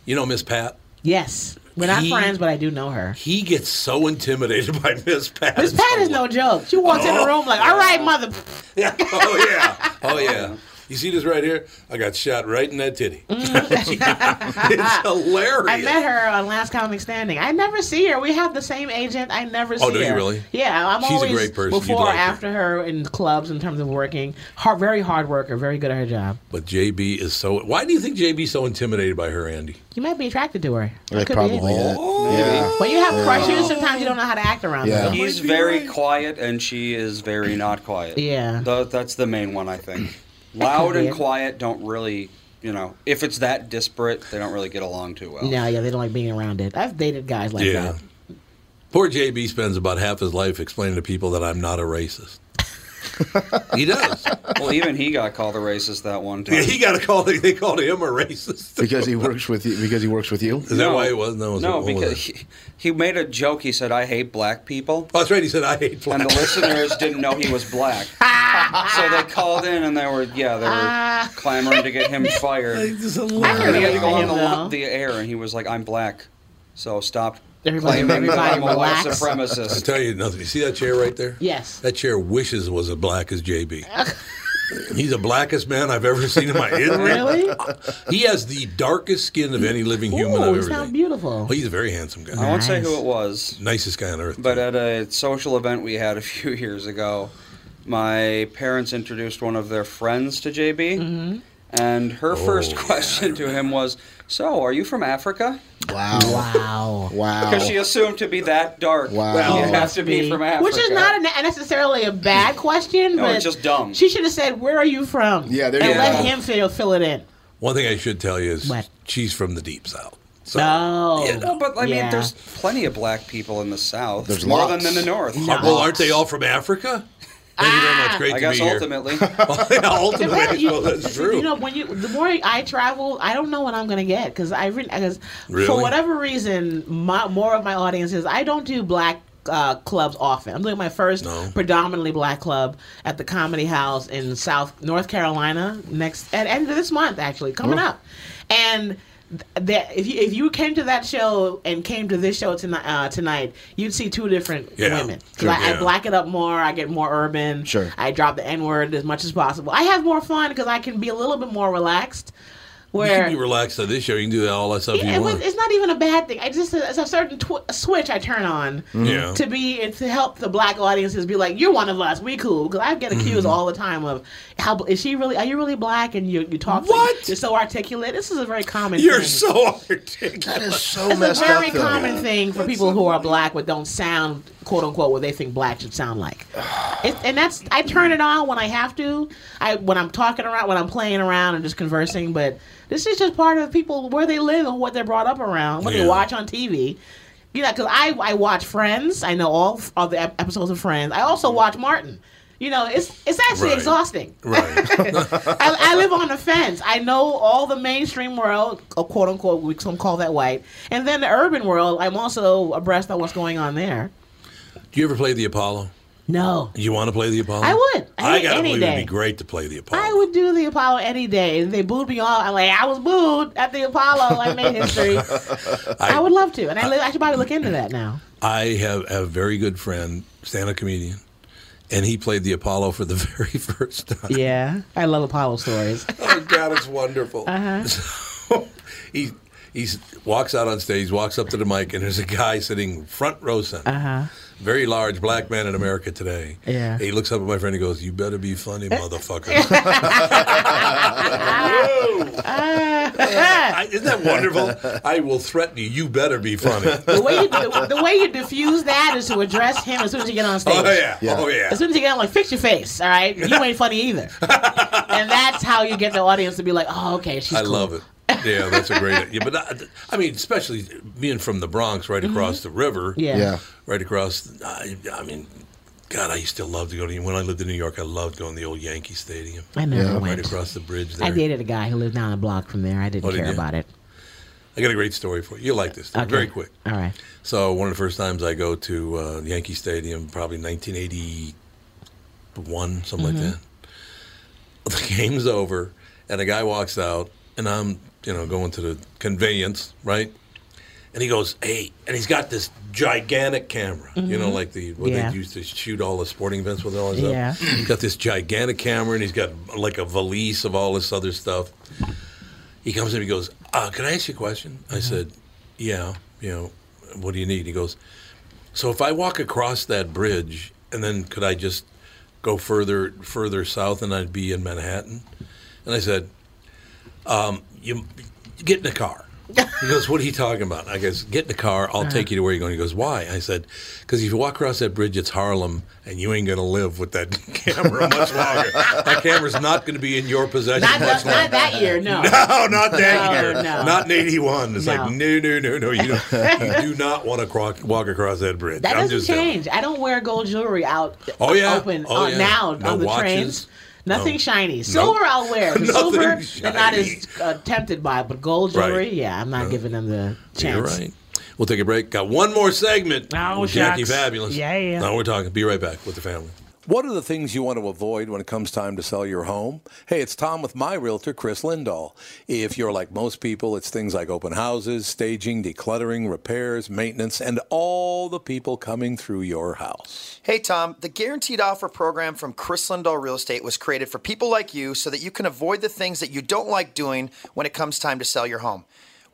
You know Miss Pat? Yes. We're not He- friends, but I do know her. He gets so intimidated by Miss Pat. Miss Pat is no joke. She walks Oh. in the room like, all right, mother. Yeah. Oh yeah. Oh yeah. You see this right here? I got shot right in that titty. it's hilarious. Mm. I met her on Last Comic Standing. I never see her. We have the same agent. I never see Oh, her. do you really? Yeah, I'm She's a always great person. You'd before or like her. after her. in clubs in terms of working. Hard, very hard worker, very good at her job. But JB is so. Why do you think JB's so intimidated by her, Andy? You might be attracted to her. Like, probably that. Oh. Yeah. When you have crushes, sometimes you don't know how to act around Yeah. them. He's very quiet, and she is very not quiet. Yeah. Tho- that's the main one, I think. Loud be and it. quiet don't really, you know, if it's that disparate, they don't really get along too well. No, yeah, they don't like being around it. I've dated guys like that. Poor JB spends about half his life explaining to people that I'm not a racist. he does. Well, even he got called a racist that one time. Yeah, he got a call. They called him a racist. Because he works with you. Because he works with you. Is that why it was? No, no, what was because it? he, he made a joke. He said, "I hate black people," Oh, that's right. He said I hate and black. the listeners didn't know he was black. so they called in, and they were yeah, they were clamoring to get him fired. It's And he had to go on Him, the, though. lo- the air, and he was like, "I'm black," so stop Everybody- claiming that everybody I'm a white relax. I supremacist. tell you nothing. You see that chair right there? Yes. That chair wishes it was as black as JB. He's the blackest man I've ever seen in my history. Really? He has the darkest skin of any living human Ooh, I've you ever sound seen. beautiful. Oh, he's a very handsome guy. I won't say Nice. who it was, Nicest guy on earth. but too. at a social event we had a few years ago, my parents introduced one of their friends to JB, Mm-hmm. and her first Oh, yeah, question to him was, "So, are you from Africa?" Wow. Wow. Wow. Because she assumed to be that dark. Wow. Well, you Well, have to Oh, be from Africa. Which is not a, necessarily a bad question, No, but it's just dumb. She should have said, "Where are you from?" Yeah, there and you let go. him fill fill it in. One thing I should tell you is What? she's from the deep south. So, No, Yeah, No, but I mean, Yeah. there's plenty of black people in the South. There's more lots. than in the North. Are- well, aren't they all from Africa? Thank you very much. Great Ah. I to guess be here. ultimately. Yeah, ultimately, I Well, you- suppose that's true. You know, when you the more I travel, I don't know what I'm gonna get because I because Really? for whatever reason, my, more of my audience is I don't do black. Uh, clubs often. I'm doing my first No. predominantly black club at the Comedy House in South North Carolina next at end of this month actually coming Oh. up, and th- that if you if you came to that show and came to this show tonight uh, tonight you'd see two different Yeah. women. 'Cause I, Yeah. I black it up more. I get more urban. Sure. I drop the N word as much as possible. I have more fun because I can be a little bit more relaxed. you Where can be relaxed on this show. You can do that all that stuff Yeah, you it want. was, it's not even a bad thing. I just it's a certain tw- switch I turn on Mm-hmm. Yeah. to be and to help the black audiences be like, you're one of us. We cool because I get Mm-hmm. accused all the time of how is she really? Are you really black? And you you talk What? you're so articulate. This is a very common. You're thing. so articulate. that is so It's messed a very up. though. common thing for people who are black but don't sound quote unquote what they think black should sound like. It, and that's I turn it on when I have to. I when I'm talking around, when I'm playing around and just conversing. But this is just part of people where they live and what they're brought up around, what Yeah. they watch on TV. You know, because I I watch Friends. I know all all the ep- episodes of Friends. I also watch Martin. You know, it's it's actually Mm. Right. exhausting. Right. I, I live on the fence. I know all the mainstream world, uh, quote unquote, we some call that white, and then the urban world. I'm also abreast on what's going on there. Do you ever play the Apollo? No, You want to play the Apollo? I would. I, Any- gotta any believe it'd day. be great to play the Apollo. I would do the Apollo any day. They booed me off. I'm like, I was booed at the Apollo. I made history. I, would love to, and I, li- I should probably look into that now. I have, have a very good friend, stand-up comedian, and he played the Apollo for the very first time. Yeah, I love Apollo stories. Oh God, it's wonderful. Uh-huh. So, he he walks out on stage, walks up to the mic, and there's a guy sitting front row center, very large black man in America today. Uh-huh. Yeah. he looks up at my friend and goes, "You better be funny, motherfucker." I- Isn't that wonderful? I will threaten you. You better be funny. the way you the, the way you diffuse that is to address him as soon as you get on stage. Oh yeah. Oh yeah. As soon as you get on, like, fix your face, all right? You ain't funny either. and that's how you get the audience to be like, oh, okay, she's I cool. love it. Yeah, that's a great. Yeah, but I, I mean, especially being from the Bronx, right across the river. Mm-hmm. Yeah. Yeah. right across. I, I mean, God, I used to love to go to when I lived in New York. I loved going to the old Yankee Stadium I never Yeah. right went. across the bridge there. I dated a guy who lived down the block from there. I didn't Oh, did care you? about it. I got a great story for you. You'll like this. Okay. Very quick. All right. So one of the first times I go to uh, Yankee Stadium, probably 1981, something Mm-hmm. like that. The game's over, and a guy walks out, and I'm you know going to the conveyance, right? and he goes, "Hey!" And he's got this gigantic camera, you know, Mhm. like the what Yeah. they used to shoot all the sporting events with and all this Yeah. stuff. He's got this gigantic camera, and he's got like a valise of all this other stuff. He comes in, he goes, uh, "Can I ask you a question?" I said, "Yeah." You know, what do you need? He goes, "So if I walk across that bridge, and then could I just go further further south, and I'd be in Manhattan?" And I said, um, "You get in a car." He goes, "What are you talking about?" I guess, "Get in the car. I'll take you to where you're going." He goes, "Why?" I said, "Because if you walk across that bridge, it's Harlem, and you ain't going to live with that camera much longer. that camera's not going to be in your possession Not, much that, longer." not that year, no. No, Oh, not that No, year. no. Not in '81. It's No. like no, no, no, no. You, don't, you do not want to croc- walk across that bridge. That I'm doesn't just telling you. change. I don't wear gold jewelry out. Oh, yeah. Open Oh, uh, yeah. now No on the watches. trains. Nothing No. shiny. No. Silver I'll wear. The Nothing silver I'm not shiny. as uh, tempted by, but gold Right. jewelry, yeah, I'm not giving them the chance. You're right. We'll take a break. Got one more segment. Oh, with Jackie shucks. Fabulous. Yeah, yeah. Now we're talking. Be right back with the family. What are the things you want to avoid when it comes time to sell your home? Hey, it's Tom with my realtor, Chris Lindahl. If you're like most people, it's things like open houses, staging, decluttering, repairs, maintenance, and all the people coming through your house. Hey, Tom, the Guaranteed Offer program from Chris Lindahl Real Estate was created for people like you so that you can avoid the things that you don't like doing when it comes time to sell your home.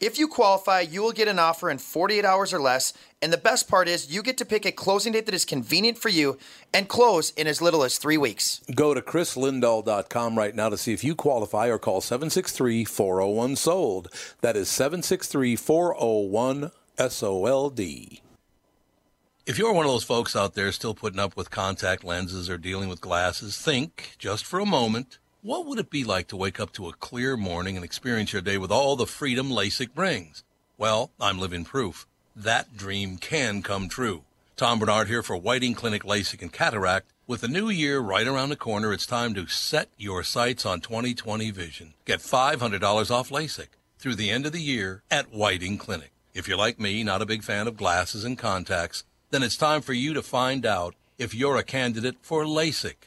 If you qualify, you will get an offer in 48 hours or less. And the best part is, you get to pick a closing date that is convenient for you and close in as little as three weeks. Go to chrislindahl.com right now to see if you qualify or call 763 401 SOLD. That is 763 401 SOLD. If you're one of those folks out there still putting up with contact lenses or dealing with glasses, think just for a moment what would it be like to wake up to a clear morning and experience your day with all the freedom LASIK brings? Well, I'm living proof. That dream can come true. Tom Bernard here for Whiting Clinic LASIK and Cataract. With the new year right around the corner, it's time to set your sights on 2020 vision. Get $500 off LASIK through the end of the year at Whiting Clinic. If you're like me, not a big fan of glasses and contacts, then it's time for you to find out if you're a candidate for LASIK.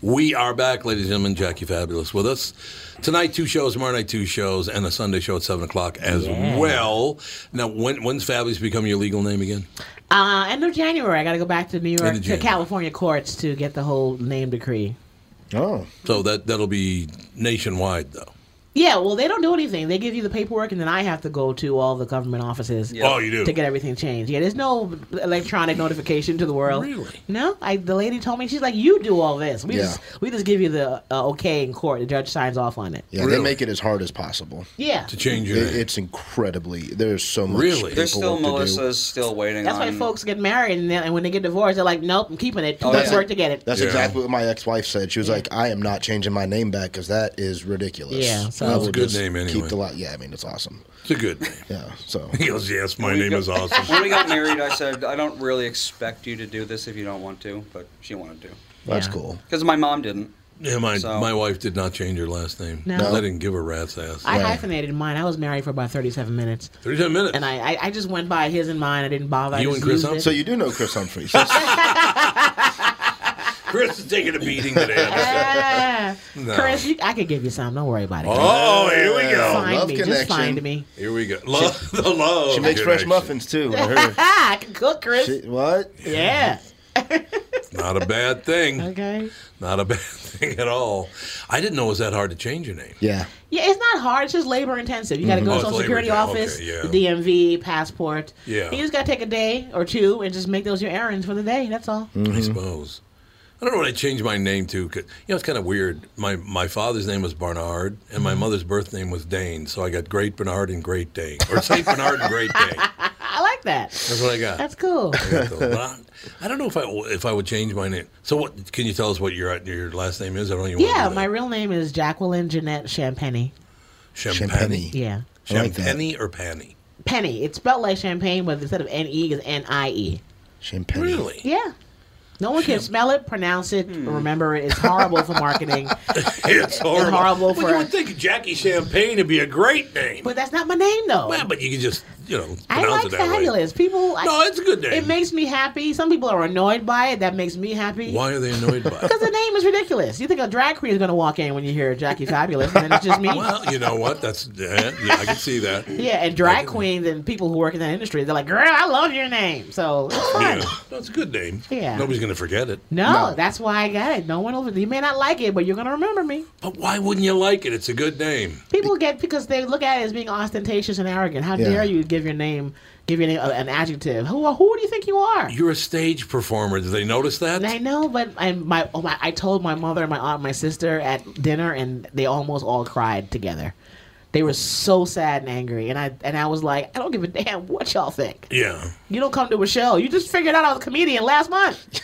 We are back, ladies and gentlemen. Jackie Fabulous with us. Tonight, two shows, tomorrow night, two shows, and a Sunday show at 7 o'clock as Yeah. well. Now, when, when's Fabulous become your legal name again? Uh, end of January, I got to go back to New End York of to January. California courts to get the whole name decree. Oh. So that, that'll be nationwide, though. Yeah, well, they don't do anything. They give you the paperwork, and then I have to go to all the government offices. Yeah. Oh, you do? to get everything changed. Yeah, there's no electronic notification to the world. Really? No. I the lady told me she's like, you do all this. We Yeah. just we just give you the uh, okay in court. The judge signs off on it. Yeah, they make it as hard as possible. Yeah. To change it. It's incredibly. There's so much. There's still paperwork to do. Melissa's still waiting That's on. why folks get married, and, then, and when they get divorced, they're like, nope, I'm keeping it. Oh, Let's yeah. work to get it. That's exactly what my ex-wife said. She was like, "I am not changing my name back because that is ridiculous." Yeah, so- I That's a will good just name anyway. Keep the lot. Yeah, I mean it's awesome. It's a good name. Yeah. So He goes, Yes, my name is awesome. when we got married, I said, I don't really expect you to do this if you don't want to, but she wanted to. That's Yeah. cool. Because my mom didn't. Yeah, my, So- my wife did not change her last name. No. No. I didn't give a rat's ass. I hyphenated mine. I was married for about 37 minutes. 37 minutes. And I, I, I just went by his and mine. I didn't bother. I just used it. So you do know Chris Humphries. Oh, Chris is taking a beating today. I understand. Ah, No. Chris, you, I could give you some. Don't worry about it. Oh, here we go. Find Love me. Just connection. find me. Here we go. Love, the love. she makes fresh connection. muffins too. I heard. I can Ah, cook, Chris. She- what? Yeah. Not a bad thing. Okay. Not a bad thing at all. I didn't know it was that hard to change your name. Yeah. Yeah, it's not hard. It's just labor intensive. You got to Mhm. go to Oh, it's Social labor Security intensive. office, Okay, the yeah. DMV, passport. Yeah. Mm. You just got to take a day or two and just make those your errands for the day. That's all. I suppose. I don't know what I changed my name to. 'cause, you know, it's kind of weird. My my father's name was Barnard, and Mm-hmm. my mother's birth name was Dane. So I got Great Bernard and Great Dane, or Saint Bernard and Great Dane. I like that. That's what I got. That's cool. I, got those. But I, I don't know if I if I would change my name. So what? Can you tell us what your your last name is? I don't even. want to Yeah, do my real name is Jacqueline Jeanette Champagne. Champagne. Yeah. I like that. Champagne or Panny? Penny. It's spelled like champagne, but instead of N E, it's N I E. Champagne. Really? Yeah. No one can smell it, pronounce it, Hmm. remember it. It's horrible for marketing. It's horrible. horrible Well, for- you would think Jackie Champagne would be a great name. But that's not my name, though. Well, but you can just you know I like pronounce it that way. fabulous. People. I, No, it's a good name. It makes me happy. Some people are annoyed by it. That makes me happy. Why are they annoyed by it? Because the name is ridiculous. You think a drag queen is going to walk in when you hear Jackie Fabulous, and then it's just me. Well, you know what? That's yeah, yeah, I can see that. yeah, and drag queens and people who work in that industry, they're like, "Girl, I love your name." So it's fun. Yeah. No, it's a good name. Yeah. Nobody's going to forget it. No, that's why I got it. No one will. You may not like it, but you're going to remember me. But why wouldn't you like it? It's a good name. People get because they look at it as being ostentatious and arrogant. How Yeah. dare you give your name, give your name a- an adjective? Who who do you think you are? You're a stage performer. Did they notice that? And I know, but I, my, oh my, I told my mother and my aunt, and my sister at dinner, and they almost all cried together. They were so sad and angry, and I and I was like, I don't give a damn what y'all think. Yeah. You don't come to a show. You just figured out I was a comedian last month.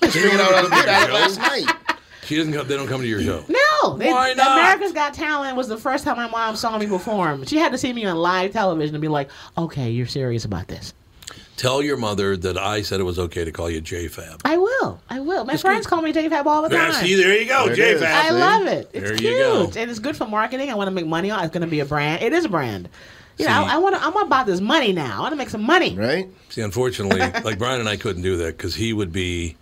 last night. She doesn't come. They don't come to your show. No, they, Why not? America's Got Talent was the first time my mom saw me perform. She had to see me on live television and be like, "Okay, you're serious about this." Tell your mother that I said it was okay to call you JFab. I will. I will. My friends call me JFab all the Yeah, time. see, there you go, There it JFab. is, I see? love it. It's There you cute. go. And it's good for marketing. I want to make money on it. It's going to be a brand. It is a brand. You know, See- I, I want to, I'm about this money now. I want to make some money. Right? See, unfortunately, like Brian and I couldn't do that because he would be.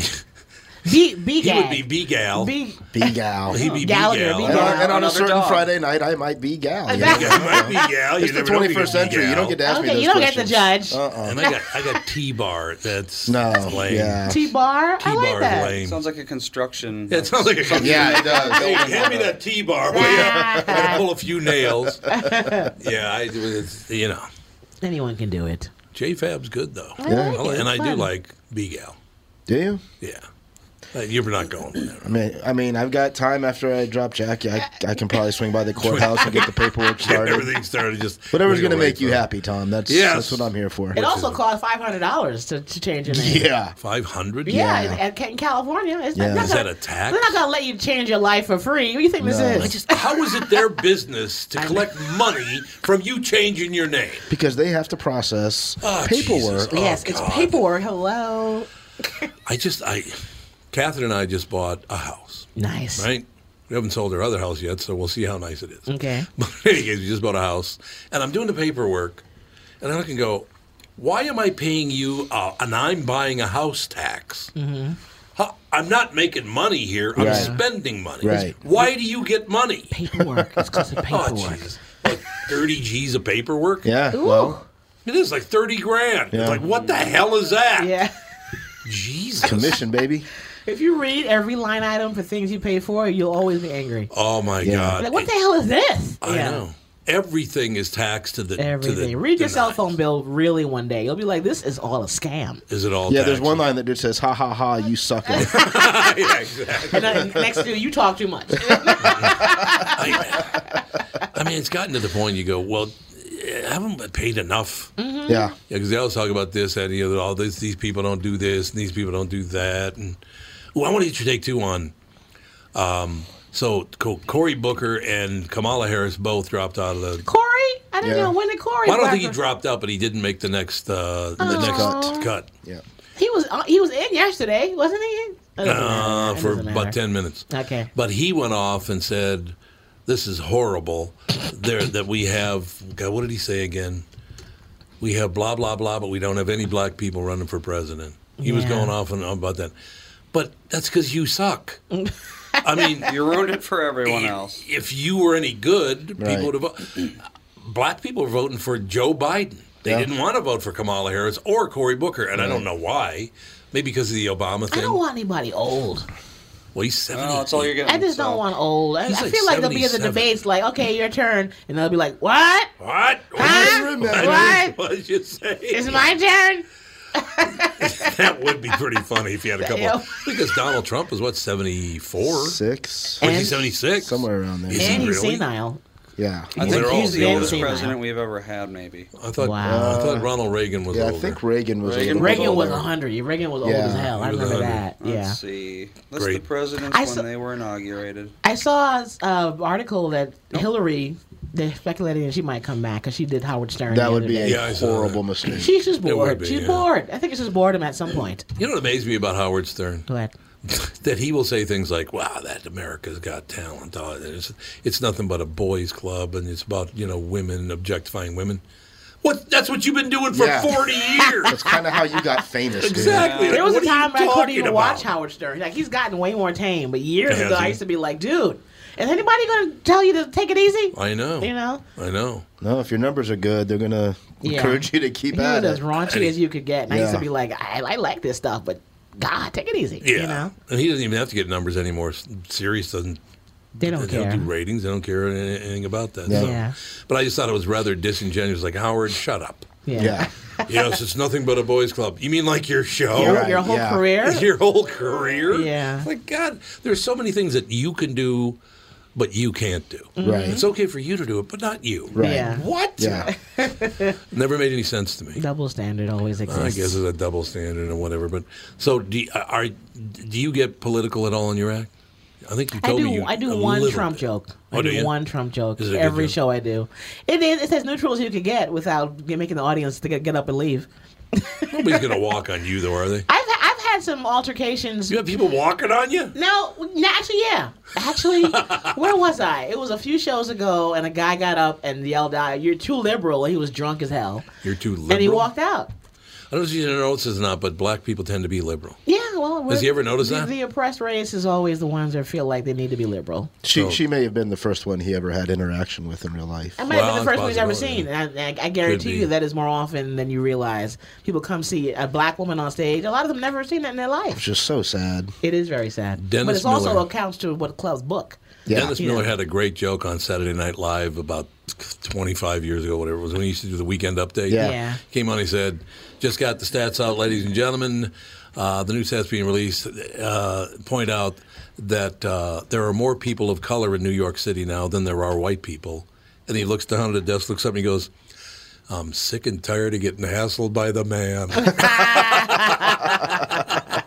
B, B He would be B gal. B. Be gal. He'd be B gal. And on, and on a certain Friday night, I might be gal. You Exactly. know? You might be gal. You It's the never know if 21st you could be century. You gal. don't get to ask me Okay, those you don't get to judge. Uh-uh. And I got I got T bar. That's No, that's lame. yeah. T bar. I like T-bar that. is lame. Sounds like a construction. Yeah, it sounds like a Yeah, it does. Hey, hand me that T bar. pull a few nails. yeah, I, it's, you know. Anyone can do it. JFab's good though. I Yeah. like it. Oh, and I It's do fun. like B gal. Do you? Yeah, Uh, you're not going with that. I mean, I mean, I've got time after I drop Jackie. I, I can probably swing by the courthouse and get the paperwork Get started. everything started. Just Whatever's wiggle going to away make you from it. happy, Tom. That's Yes. that's what I'm here for. It also costs five hundred dollars to, to change your name. Yeah. Five hundred. Yeah, in- in California, it's not, Yeah. not Is gonna- that a tax? They're not going to let you change your life for free. What do you think this is? I just, how is it their business to collect money from you changing your name? because they have to process Oh, Jesus. paperwork. Oh, yes, it's God. paperwork. Hello. I just, I, Catherine and I just bought a house. Nice. Right? We haven't sold our other house yet, so we'll see how nice it is. Okay. But in any case, we just bought a house, and I'm doing the paperwork, and I look and go, why am I paying you, uh, and I'm buying a house tax? Mm-hmm. Huh, I'm not making money here. I'm Right. spending money. Right. Why do you get money? Paperwork. It's because of Oh, Jesus. Like 30 G's of paperwork? Yeah. Well, It is like 30 grand. Yeah. It's like, what the hell is that? Yeah. Jesus. commission, baby. If you read every line item for things you pay for, you'll always be angry. Oh, my God. Like, what the hell is this? I know. Everything is taxed to the. To Everything. the read your the- cell phone bill really one day. You'll be like, this is all a scam. Is it all yeah, taxed? there's one line that just says, "Ha ha ha, you sucker." yeah, exactly. And then next to you, you talk too much. I mean, it's gotten to the point you go, well, eh, haven't I paid enough? Mhm. Yeah. because they always talk about this, that, and the other. All this, these people don't do this, and these people don't do that. And oh, I want to get your take too on. Um, so Co- Cory Booker and Kamala Harris both dropped out of the. Corey? I didn't Yeah. know. When did Corey? Well, I don't think Barker- he dropped out, but he didn't make the next uh, the next Aw. cut. Yeah, He was uh, he was in yesterday, wasn't he? It doesn't uh, matter. It for doesn't about matter. ten minutes. Okay. But he went off and said, "This is horrible. there that we have. God, what did he say again? We have blah blah blah, but we don't have any black people running for president." He was Yeah. going off and on about that. But that's because you suck. I mean, you ruined it for everyone else. If you were any good, Right. people would have. vo- Black people were voting for Joe Biden. They Yeah. didn't want to vote for Kamala Harris or Cory Booker, and I don't know why. Maybe because of the Obama thing. I don't want anybody old. Well, he's seventy. that's Oh, all you're getting. I just don't want old. I, I He's like feel like they'll be in the 77. debates, like, okay, your turn, and they'll be like, what? What? Huh? What? What? What did you say? It's my turn. that would be pretty funny if you had a couple. Yeah. Because Donald Trump is what seventy four, six, was he And- seventy six? somewhere around there. Is he and he's really? senile. Yeah. I Well, think they're all he's the senile. oldest Senile. president we've ever had, maybe. I thought Wow. I thought Ronald Reagan was Yeah, I older. think Reagan was Reagan a was little Reagan bit was older. 100. Reagan was old Yeah, as hell. I he was remember 100. that. Let's Yeah. see. List Great. the presidents I when saw- they were inaugurated. I saw an uh, article that Hillary, they speculated that she might come back because she did Howard Stern. the That would other be a day. Yeah, I saw horrible that. mistake. She's just It would bored. be, She's yeah. bored. I think it's just boredom at some point. You know what amazed me about Howard Stern? Go ahead. that he will say things like, "Wow, that America's Got Talent. Oh, it's, it's nothing but a boys' club, and it's about you know women objectifying women. What? That's what you've been doing for Yeah. forty years. That's kind of how you got famous, dude. exactly. There was What a are you time I couldn't talking even about? watch Howard Stern. Like he's gotten way more tame. But years Has ago, I he? used to be like, dude, is anybody going to tell you to take it easy? I know. You know, I know. No, if your numbers are good, they're gonna Yeah. encourage you to keep he was at as it. raunchy as you could get. And I used to Yeah. be like, I, I like this stuff, but God, take it easy. Yeah. You know, And he doesn't even have to get numbers anymore. Sirius doesn't. they don't they care. don't do ratings. They don't care any- anything about that. Yeah. So- Yeah. But I just thought it was rather disingenuous. Like Howard, shut up. Yeah. Yeah, yes, it's nothing but a boys' club. You mean like your show? Your, Right, your whole yeah. career. your whole career. Yeah. It's Like God, there's so many things that you can do, but you can't do. Mm-hmm. Right. It's okay for you to do it, but not you. right. Yeah. What? Yeah. Never made any sense to me. Double standard always exists. I guess it's a double standard or whatever. But so, do you, are do you get political at all in your act? I think you I told do. me you. I a do one little Trump bit. joke. Oh, I do do you? one Trump joke Is it a good every joke? show I do. It is. It's as neutral as you can get without g- making the audience to get, get up and leave. Nobody's gonna walk on you though, are they? I've ha- I've had some altercations. You have people walking on you. No, no, actually, yeah. Actually, where was I? It was a few shows ago, and a guy got up and yelled out, "You're too liberal." He was drunk as hell, You're too liberal. and he walked out. I don't know if you know this is not, but black people tend to be liberal. Yeah, well, we're- he ever notice the, that? The oppressed race is always the ones that feel like they need to be liberal. She So- she may have been the first one he ever had interaction with in real life. I might have Well, been the first one it's he's ever possible, seen. yeah. And I, I Could guarantee be. you that is more often than you realize. People come see a black woman on stage. A lot of them never seen that in their life. Which is so sad. It is very sad. but Dennis it's also Miller. accounts to what Cloud's book. Yeah. Dennis Miller had a great joke on Saturday Night Live about 25 years ago, whatever it was, when he used to do the weekend update. Yeah. Yeah. Came on, he said, Just got the stats out, ladies and gentlemen. Uh, the new stats being released uh, point out that uh, there are more people of color in New York City now than there are white people. And he looks down at the desk, looks up, and he goes, I'm sick and tired of getting hassled by the man.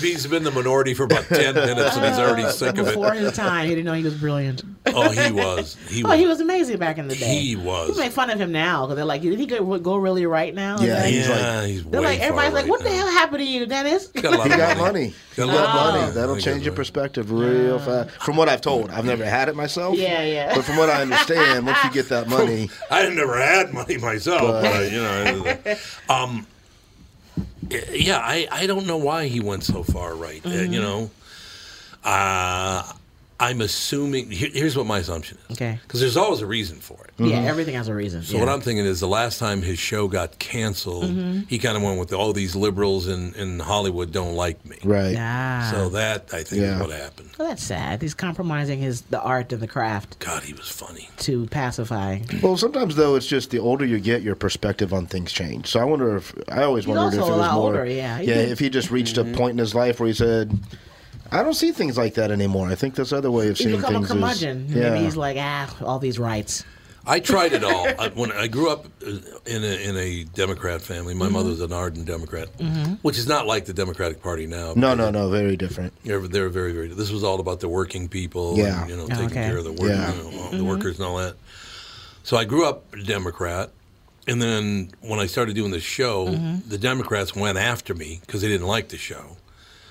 he's been the minority for about 10 minutes and he's already sick of it. Before his time, he didn't know he was brilliant. Oh, he was. He Oh, was. he was amazing back in the day. He was. People make fun of him now because they're like, "Did he go, go really right now?" Yeah, Like, he's yeah, like- he's they're way like, far everybody's like, right "What the now. hell happened to you, Dennis?" Got a lot He of got money. He Got a lot got of money. That'll He got change your money. perspective real fast. From what I've told, I've never had it myself. Yeah, yeah. But from what I understand, once you get that money, I had never had money myself, but, you know. I- um, yeah, I, I don't know why he went so far right. Uh, Mm-hmm. you know, uh, I'm assuming. Here, here's what my assumption is. Okay. Because there's always a reason for it. Mm-hmm. Yeah, everything has a reason. So what I'm thinking is the last time his show got canceled, Mm-hmm. he kind of went with all these liberals in, in Hollywood don't like me. right? Ah, So that I think Yeah. is what happened. well, that's sad. He's compromising his the art and the craft. God, he was funny. to pacify. Well, sometimes though, it's just the older you get, your perspective on things change. So I wonder if I always He's wondered if also it a was lot more. older, yeah. He yeah, did- Mm-hmm. if he just reached a point in his life where he said, "I don't see things like that anymore. I think this other way of He's seeing become a things curmudgeon. is." Yeah, Maybe he's like, ah, all these rights. I tried it all. I, when I grew up uh, in a, in a Democrat family, Mm-hmm. my mother was an ardent Democrat, which is not like the Democratic Party now. no, no, no, very different. They're, they're very, very. This was all about the working people. Yeah. And, you know, Oh, taking okay. care of the, work, Yeah. Mm-hmm. you know, all the workers and all that. So I grew up Democrat, and then when I started doing the show, Mm-hmm. the Democrats went after me because they didn't like the show.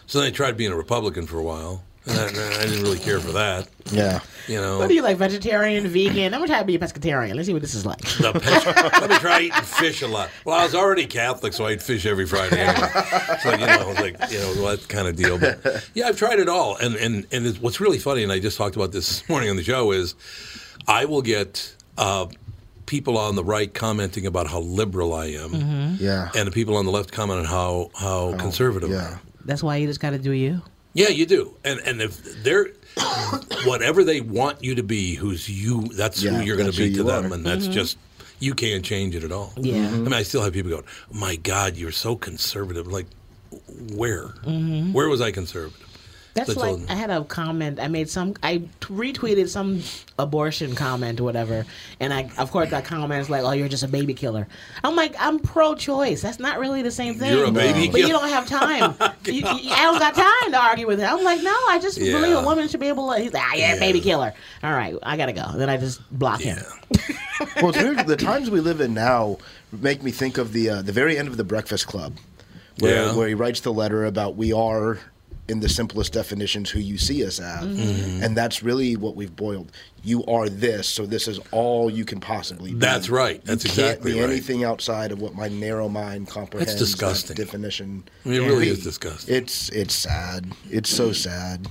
So then I tried being a Republican for a while, and I, and I didn't really care for that. Yeah, You know, What are you like, vegetarian, vegan? I'm gonna try to be a pescatarian. Let's see what this is like. The fish. Let me try eating fish a lot. Well, I was already Catholic, so I ate fish every Friday. Anyway. So you know, I was like, you know, well, that kind of deal. But yeah, I've tried it all, and and and it's, what's really funny, and I just talked about this morning on the show, is I will get uh, people on the right commenting about how liberal I am, yeah, and the people on the left comment on how how conservative I yeah. am. That's why you just gotta do you. Yeah, you do. And and if they're whatever they want you to be, who's you, that's Yeah, who you're going that's to who be to you them, are. Mm-hmm. and that's just you can't change it at all. Yeah. Mhm. I mean, I still have people going, "My God, you're so conservative." Like, where? Mhm. Where was I conservative? That's So I like told I them, had a comment. I made some. I t- retweeted some abortion comment or whatever, and I of course got comments like, "Oh, you're just a baby killer." I'm like, I'm pro-choice. That's not really the same thing. You're a baby but you killer. Oh, don't have time. You- you- I don't got time to argue with it. I'm like, no, I just Yeah. believe a woman should be able to. He's like, ah, yeah, baby killer. All right, I gotta go. And then I just block him. well, it's weird. The times we live in now make me think of the uh, the very end of the Breakfast Club, where Yeah. where he writes the letter about we are in the simplest definitions who you see us as, Mhm. Mhm. and that's really what we've boiled. You are this, so this is all you can possibly. be. That's right. You That's can't exactly be right. anything outside of what my narrow mind comprehends. that disgusting. definition. It really can is be. disgusting. It's it's sad. It's so sad.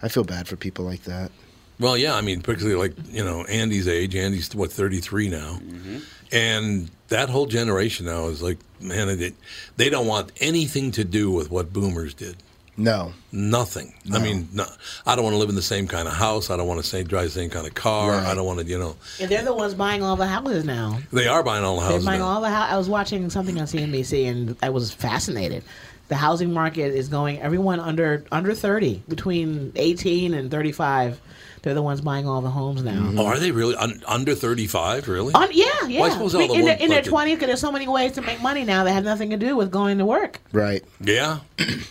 I feel bad for people like that. Well, yeah, I mean, particularly like you know Andy's age. Andy's what thirty three now, Mm-hmm. and that whole generation now is like, man, they, they don't want anything to do with what Boomers did. No. Nothing. I mean, no, I don't want to live in the same kind of house. I don't want to say, drive the same kind of car. I don't want to, you know. And they're the ones buying all the houses now. They are buying all the They're houses. buying now. all the hou- I was watching something on CNBC and I was fascinated. The housing market is going. Everyone under under thirty, between eighteen and thirty five, they're the ones buying all the homes now. Oh, are they really un, under thirty five? Really? On, yeah, yeah. Well, I suppose all Be- the in, their, ones in their like it- 20s, 'cause there's so many ways to make money now that have nothing to do with going to work. Right. Yeah.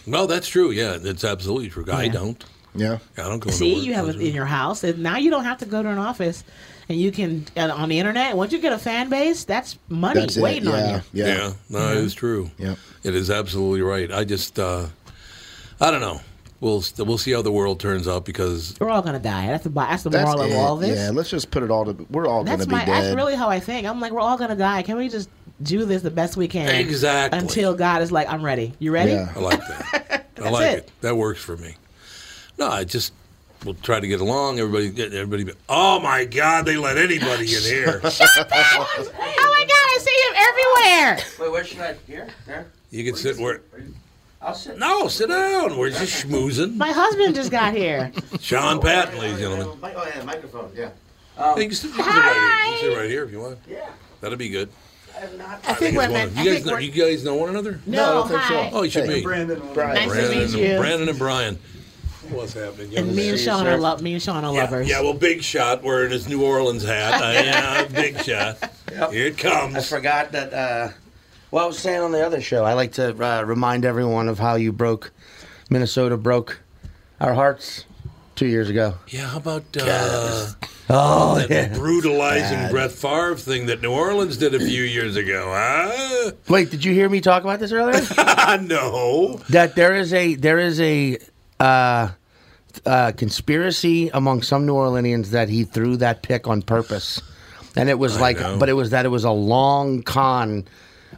Well, that's true. Yeah, that's absolutely true. I don't. Yeah. I don't go. See, to work. you have it in your house. And now you don't have to go to an office, and you can and on the internet. Once you get a fan base, that's money That's it, waiting on you. Yeah, no, it is true. Yeah, it is absolutely right. I just, uh, I don't know. We'll st- we'll see how the world turns out because We're all gonna die. That's the bo- that's the That's moral of it. all this. Yeah, let's just put it all to. We're all going That's to be my. That's dead. really how I think. I'm like, we're all gonna die. Can we just do this the best we can? Exactly. Until God is like, I'm ready. You ready? Yeah. I like that. I That's like it. it. That works for me. No, I just we'll try to get along. Everybody, everybody. be- Oh my God, they let anybody in here. Oh my God, I see him everywhere. Wait, where should I? Here, there. you can sit where. I'll sit. No, sit down. We're just schmoozing. My husband just got here. Sean Patton, ladies and gentlemen. Oh, yeah, microphone. Yeah. Hey, you can sit, you can sit right here. You can sit right here if you want. Yeah. That'll be good. I think it's we're one- meant. I You guys, think know, we're- you guys know one another? No, No, I don't think so. hi. Oh, you should Hey, be. Brandon and Brian. Nice to Brandon, meet you. and, Brandon and Brian. What's happening? and me and Sean are love. Me and Sean are yeah, lovers. Yeah, well, Big Shot wearing his New Orleans hat. Uh, yeah, Big Shot. Here it comes. I forgot that. Uh, well, I was saying on the other show, I like to uh, remind everyone of how you broke Minnesota broke our hearts two years ago. Yeah, how about uh, Oh, that yeah. brutalizing Bad. Brett Favre thing that New Orleans did a few years ago? Huh? Wait, did you hear me talk about this earlier? no. that there is a there is a uh, uh, conspiracy among some New Orleanians that he threw that pick on purpose, and it was like, but it was that it was a long con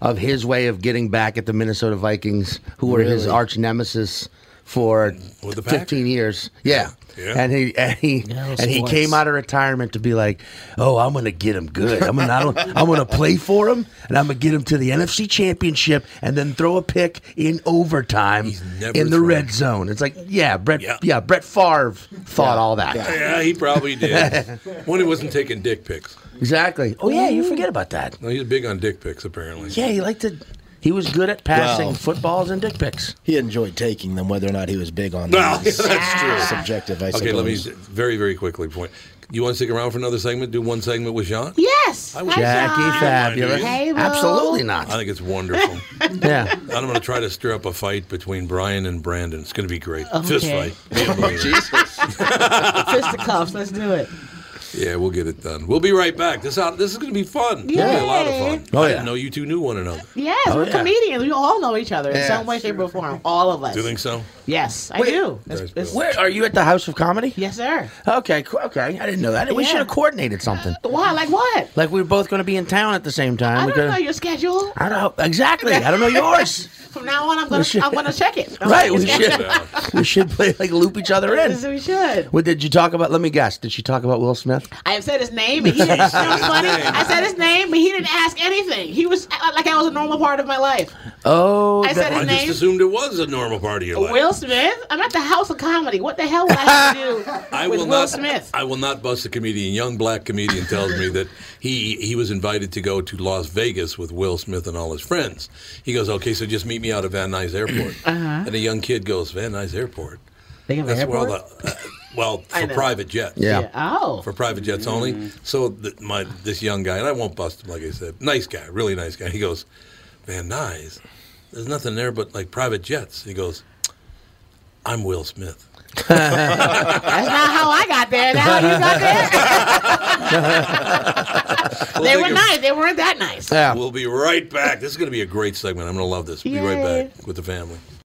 of his way of getting back at the Minnesota Vikings, who were his Really? arch nemesis for With the Packers. fifteen years. Yeah. Yeah. and he and he know, and he sports. came out of retirement to be like, "Oh, I'm gonna get him good. I'm gonna I don't, I'm gonna play for him, and I'm gonna get him to the NFC Championship, and then throw a pick in overtime never in the red zone." It's like, yeah, Brett, yeah, Brett Favre thought all that. Yeah, he probably did. when he wasn't taking dick pics. Exactly. Oh yeah, you forget about that. No, he's big on dick pics, apparently. Yeah, he liked to. He was good at passing Well- footballs and dick pics. He enjoyed taking them, whether or not he was big on them. Well, is that's true. Subjective, I okay, let me suppose. very, very quickly point. You want to stick around for another segment? Do one segment with Sean? Yes. I would- Hi, Jackie Sean. Fabulous. Hey, Bo. Absolutely not. I think it's wonderful. Yeah. And I'm going to try to stir up a fight between Brian and Brandon. It's going to be great. Okay. Fist fight. Can't believe it. Fisticuffs. Let's do it. yeah, we'll get it done. We'll be right back. This out. This is going to be fun. It's gonna be a lot of fun. Oh, I yeah. didn't know you two knew one another. Yes, Oh, we're yeah. comedians. We all know each other in Yeah. some way, shape, or form. All of us. Do you think so? Yes, I do. That's- that's- Where are you at the House of Comedy? Yes, sir. Okay, cool, okay. I didn't know that. We Yeah. should have coordinated something. Why? Like what? Like we were both going to be in town at the same time. I We don't could've- know your schedule. I don't exactly. I don't know yours. From now on, I'm gonna We should- I'm gonna check it. Oh, right? We should we should play like loop each other in. Yes, we should. What did you talk about? Let me guess. Did she talk about Will Smith? I have said his name, and he didn't. You know what's funny? I said his name, but he didn't ask anything. He was uh, like I was a normal part of my life. Oh, I said his I name. just assumed it was a normal part of your life. Will Smith? I'm at the House of Comedy. What the hell would I have to do I with will Will not. Smith? I will not bust a comedian. Young black comedian tells me that he he was invited to go to Las Vegas with Will Smith and all his friends. He goes, okay, so just meet me out at Van Nuys Airport. Uh-huh. And a young kid goes, Van Nuys Airport. They have an Where all the, uh, well, I for know. private jets. Yeah. Yeah. Oh. For private jets only. So th- my this young guy, and I won't bust him, like I said, nice guy, really nice guy. He goes, Van Nuys, there's nothing there but like private jets. He goes, I'm Will Smith. That's not how I got there. That's how you got there. We'll they take were a- nice. They weren't that nice. We'll be right back. This is going to be a great segment. I'm going to love this. We'll be right back with the family.